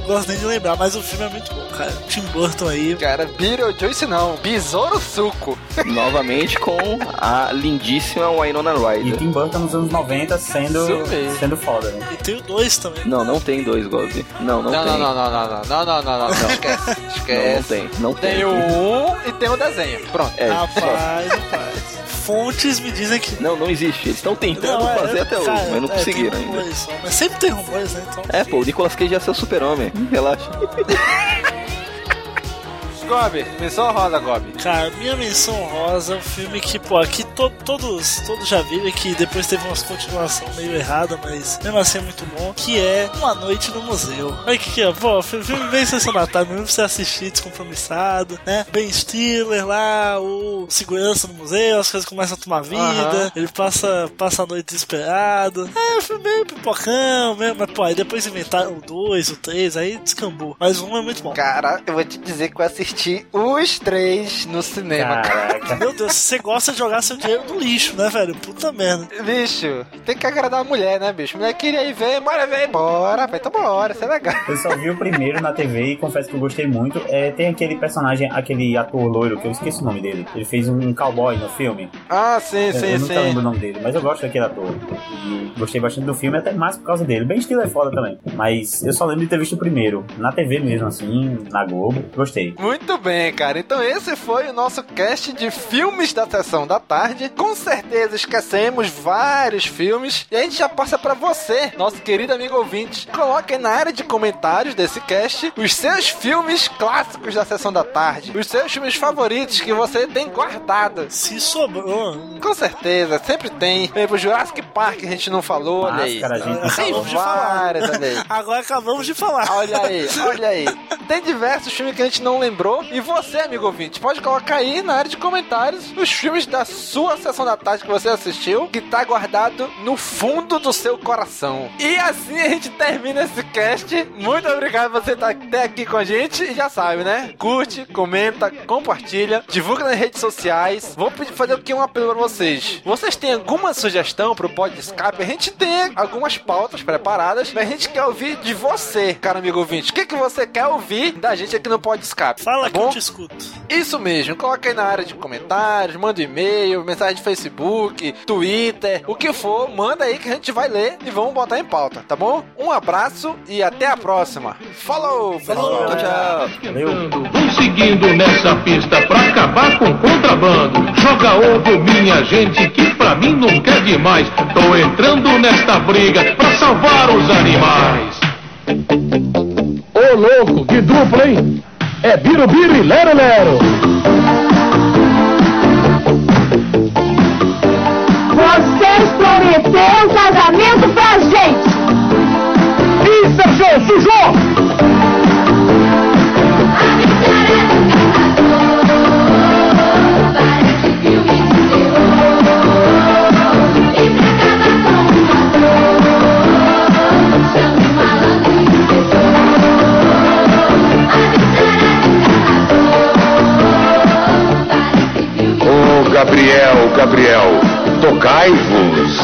Speaker 7: Não Gosto nem de lembrar, mas o filme é muito bom, cara. Tim Burton aí.
Speaker 2: Cara, Beetlejuice não. Besouro Suco.
Speaker 5: Novamente com a lindíssima Winona
Speaker 6: E
Speaker 5: Ryder.
Speaker 6: Tim Burton nos anos 90 sendo,
Speaker 2: Isso mesmo.
Speaker 6: sendo foda, né?
Speaker 7: E tem o 2 também.
Speaker 5: Não, não tem dois, Gob. Não, não,
Speaker 2: Não,
Speaker 5: tem.
Speaker 2: não, não, não, não, não, não, não, não, não, não. Esquece,
Speaker 5: Não, não
Speaker 2: esquece.
Speaker 5: tem, não tem.
Speaker 2: Tem o 1 e tem o desenho. Pronto.
Speaker 5: É, só.
Speaker 7: Rapaz, rapaz. Fontes me dizem que.
Speaker 5: Não, não existe. Eles estão tentando
Speaker 7: é,
Speaker 5: Então, fazer
Speaker 7: é,
Speaker 5: até hoje,
Speaker 7: cara,
Speaker 5: mas
Speaker 7: é,
Speaker 5: não
Speaker 7: tem
Speaker 5: conseguiram ainda.
Speaker 7: rumores só, mas sempre tem rumores, né? Então.
Speaker 5: É, pô, o Nicolas Cage já é seu super-homem. Relaxa.
Speaker 2: Gob, menção honrosa, Gob.
Speaker 7: Cara, minha menção rosa é um filme que, pô, aqui to- todos, todos já viram que depois teve umas continuação meio errada, mas mesmo assim é muito bom, que é Uma Noite no Museu. Olha que que é, pô, fi- filme bem sessão da tarde, mesmo pra você assistir descompromissado, né? Ben Stiller lá, o segurança no museu, as coisas começam a tomar vida,
Speaker 2: Aham.
Speaker 7: ele passa, passa a noite desesperado. É, um filme meio pipocão mesmo, mas, pô, aí depois inventaram o 2, o 3, aí descambou. Mas um é muito bom.
Speaker 2: Cara, eu vou te dizer que eu assisti os três no cinema, cara.
Speaker 6: Caraca.
Speaker 7: Meu Deus, você gosta de jogar seu dinheiro no lixo, né, velho? Puta merda.
Speaker 2: Bicho, tem que agradar a mulher, né, bicho? Mulher queria ir ver, bora ver, bora, vai, então bora, isso é legal.
Speaker 6: Eu só vi o primeiro na TV e confesso que eu gostei muito. É, tem aquele personagem, aquele ator loiro, que eu esqueci o nome dele. Ele fez um cowboy no filme.
Speaker 2: Ah,
Speaker 10: É,
Speaker 2: sim,
Speaker 6: Eu-
Speaker 2: sim,
Speaker 6: eu não lembro
Speaker 2: sim.
Speaker 6: o nome dele, mas eu gosto daquele ator. E gostei bastante do filme, até mais por causa dele. Bem estilo é foda também. Mas eu só lembro de ter visto o primeiro. Na TV mesmo, assim, na Globo. Gostei.
Speaker 2: Muito bem, cara. Então esse foi o nosso cast de filmes da sessão da tarde. Com certeza esquecemos vários filmes e a gente já passa pra você, nosso querido amigo ouvinte. Coloque aí na área de comentários desse cast os seus filmes clássicos da sessão da tarde, os seus filmes favoritos que você tem guardado.
Speaker 7: Se sobrou.
Speaker 2: Com certeza, sempre tem. Por exemplo, Jurassic Park a gente não falou, olha aí.
Speaker 6: Máscara, gente. por
Speaker 2: Tem
Speaker 6: favor.
Speaker 7: de falar.
Speaker 2: várias, olha aí.
Speaker 7: Agora acabamos de falar.
Speaker 2: Olha aí, olha aí. Tem diversos filmes que a gente não lembrou. E você, amigo ouvinte, pode colocar aí na área de comentários os filmes da sua sessão da tarde que você assistiu, que tá guardado no fundo do seu coração. E assim a gente termina esse cast. Muito obrigado por você estar até aqui com a gente. E já sabe, né? Curte, comenta, compartilha, divulga nas redes sociais. Vou pedir- fazer aqui um apelo pra vocês. Vocês têm alguma sugestão pro Pod Escape? A gente tem algumas pautas preparadas, mas a gente quer ouvir de você, cara amigo ouvinte. O que, que você quer ouvir da gente aqui no Pod Escape?
Speaker 7: Fala
Speaker 2: tá
Speaker 7: que eu
Speaker 2: bom?
Speaker 7: te escuto.
Speaker 2: Isso mesmo, coloca aí na área de comentários, manda e-mail, mensagem de Facebook, Twitter, o que for, manda aí que a gente vai ler e vamos botar em pauta, tá bom? Um abraço e até a próxima. Falou!
Speaker 7: Falou.
Speaker 5: Tchau, tchau.
Speaker 6: Valeu.
Speaker 10: Vão seguindo nessa pista pra acabar com o contrabando. Joga ovo, minha gente, que pra mim não quer demais. Tô entrando nesta briga pra salvar os animais. Ô louco, que dupla, hein? É birubiru e lero-lero.
Speaker 11: Vocês prometeram casamento pra gente!
Speaker 10: Ih, Sérgio, sujou! Ô Gabriel, Gabriel, tocai-vos,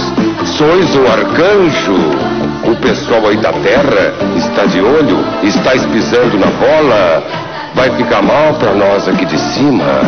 Speaker 10: sois o arcanjo. O pessoal aí da terra está de olho, estáis pisando na bola, vai ficar mal pra nós aqui de cima.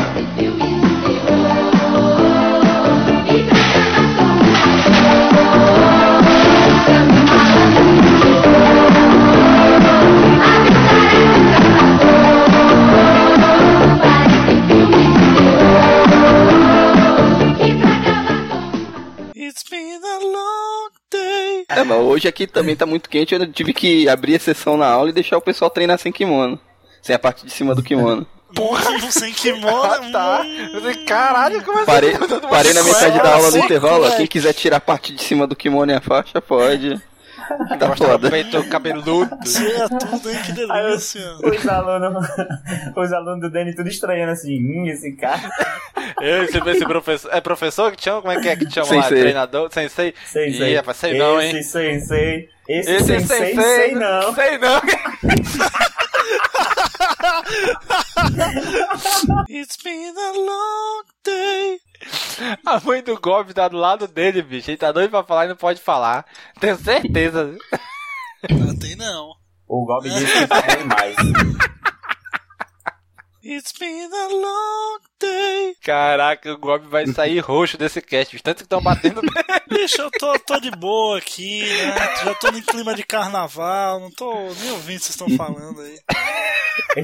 Speaker 7: It's been a long day.
Speaker 5: É, mas hoje aqui também tá muito quente, eu tive que abrir a sessão na aula e deixar o pessoal treinar sem kimono. Sem a parte de cima do kimono.
Speaker 7: Porra, Ah, sem kimono.
Speaker 2: tá. Eu falei, caralho, como é
Speaker 5: Parei,
Speaker 2: que- todo mundo
Speaker 5: parei na
Speaker 2: se
Speaker 5: metade
Speaker 2: conhece?
Speaker 5: da aula no
Speaker 2: Assim,
Speaker 5: intervalo. ó,
Speaker 2: moleque.
Speaker 5: Quem quiser tirar a parte de cima do kimono e a faixa, pode. Tá foda.
Speaker 2: Peito cabeludo.
Speaker 6: Aí os,
Speaker 2: é.
Speaker 6: os alunos, os alunos do Danny tudo estranhando assim, hum, esse cara.
Speaker 2: Eu esse, esse professor. É professor que chama? Como é que é que chama lá?
Speaker 6: Sensei.
Speaker 2: Treinador? Sensei? Ih, rapaz, sei não, hein?
Speaker 6: Esse sensei. Esse,
Speaker 2: Esse
Speaker 6: sensei,
Speaker 2: sensei,
Speaker 6: sei não.
Speaker 2: Sei não.
Speaker 7: It's been a long day.
Speaker 2: A mãe do Gob tá do lado dele, bicho. Ele tá doido pra falar e não pode falar. Tenho certeza.
Speaker 7: Não tem não.
Speaker 6: O Gob disse que tá bem mais.
Speaker 7: It's been a long day.
Speaker 2: Caraca, o Gob vai sair roxo desse cast. Os tantos que estão batendo
Speaker 7: Bicho, eu tô, tô de boa aqui, né? Já tô em clima de carnaval, não tô nem ouvindo o que vocês estão falando aí.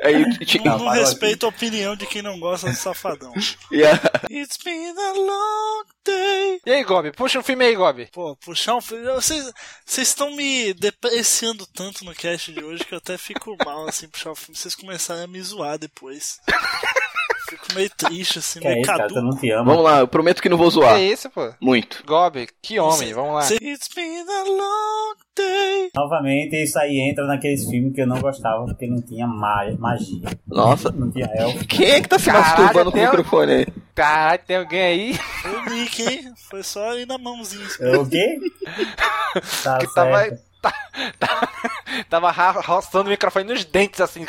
Speaker 5: Aí, o que tinha-
Speaker 7: Não, não respeito a opinião de quem não gosta do safadão.
Speaker 5: E a-
Speaker 7: It's been a long day.
Speaker 2: E aí, Gob? Puxa um filme aí, Gob.
Speaker 7: Pô, puxar um filme. Vocês vocês estão me depreciando tanto no cast de hoje que eu até fico mal assim puxar o filme. Vocês começarem a me zoar depois. Fico meio triste, assim,
Speaker 6: é
Speaker 7: meio caduco.
Speaker 5: Vamos lá, eu prometo que não vou zoar.
Speaker 7: Que isso, pô?
Speaker 5: Muito.
Speaker 2: Gob, que homem, vamos lá.
Speaker 7: Vocês- It's been a long day.
Speaker 6: Novamente, isso aí entra naqueles filmes que eu não gostava porque não tinha ma- magia.
Speaker 5: Nossa.
Speaker 6: Não tinha elfo.
Speaker 5: Quem é que tá se
Speaker 6: Caralho,
Speaker 5: masturbando com o
Speaker 6: tem-
Speaker 5: microfone aí?
Speaker 2: Caralho, tem alguém aí?
Speaker 7: Foi o Nick, hein? Foi só ir na mãozinha. assim.
Speaker 6: É O quê? Tá
Speaker 2: que tava, tá- tava ra- roçando o microfone nos dentes, assim.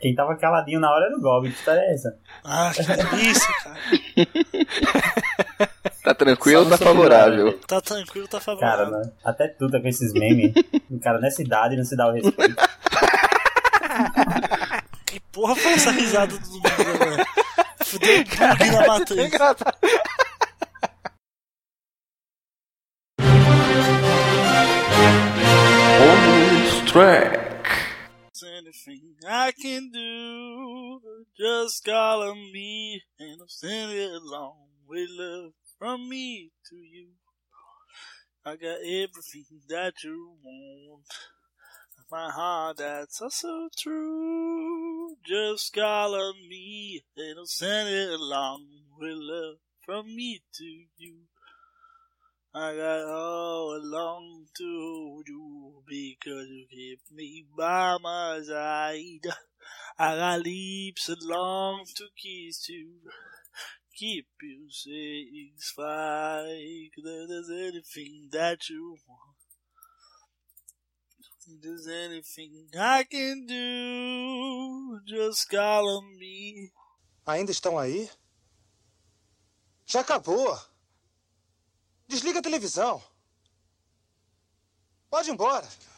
Speaker 6: Quem tava caladinho na hora era o Gob. Que história é essa?
Speaker 7: Ah, que delícia, cara.
Speaker 5: Tá tranquilo ou tá
Speaker 6: Só no
Speaker 5: favorável?
Speaker 7: Tá tranquilo, tá
Speaker 2: Uhum.
Speaker 6: Cara,
Speaker 7: favorável.
Speaker 6: né? até tu tá com esses memes. O cara nessa idade não se dá o respeito.
Speaker 7: Que porra foi essa risada do mundo agora? Fudeu um bug na matriz.
Speaker 11: Bonus track.
Speaker 7: Anything I can do, just call on me and I'll send it along with love from me to you. I got everything that you want. My heart that's also true. Just call on me and I'll send it along with love from me to you. I got all along to hold you because you keep me by my side. I got lips along to kiss you, keep you satisfied. 'Cause There's anything that you want. If There's anything I can do, just call on me.
Speaker 12: Ainda estão aí? Já acabou. Desliga a televisão. Pode ir embora.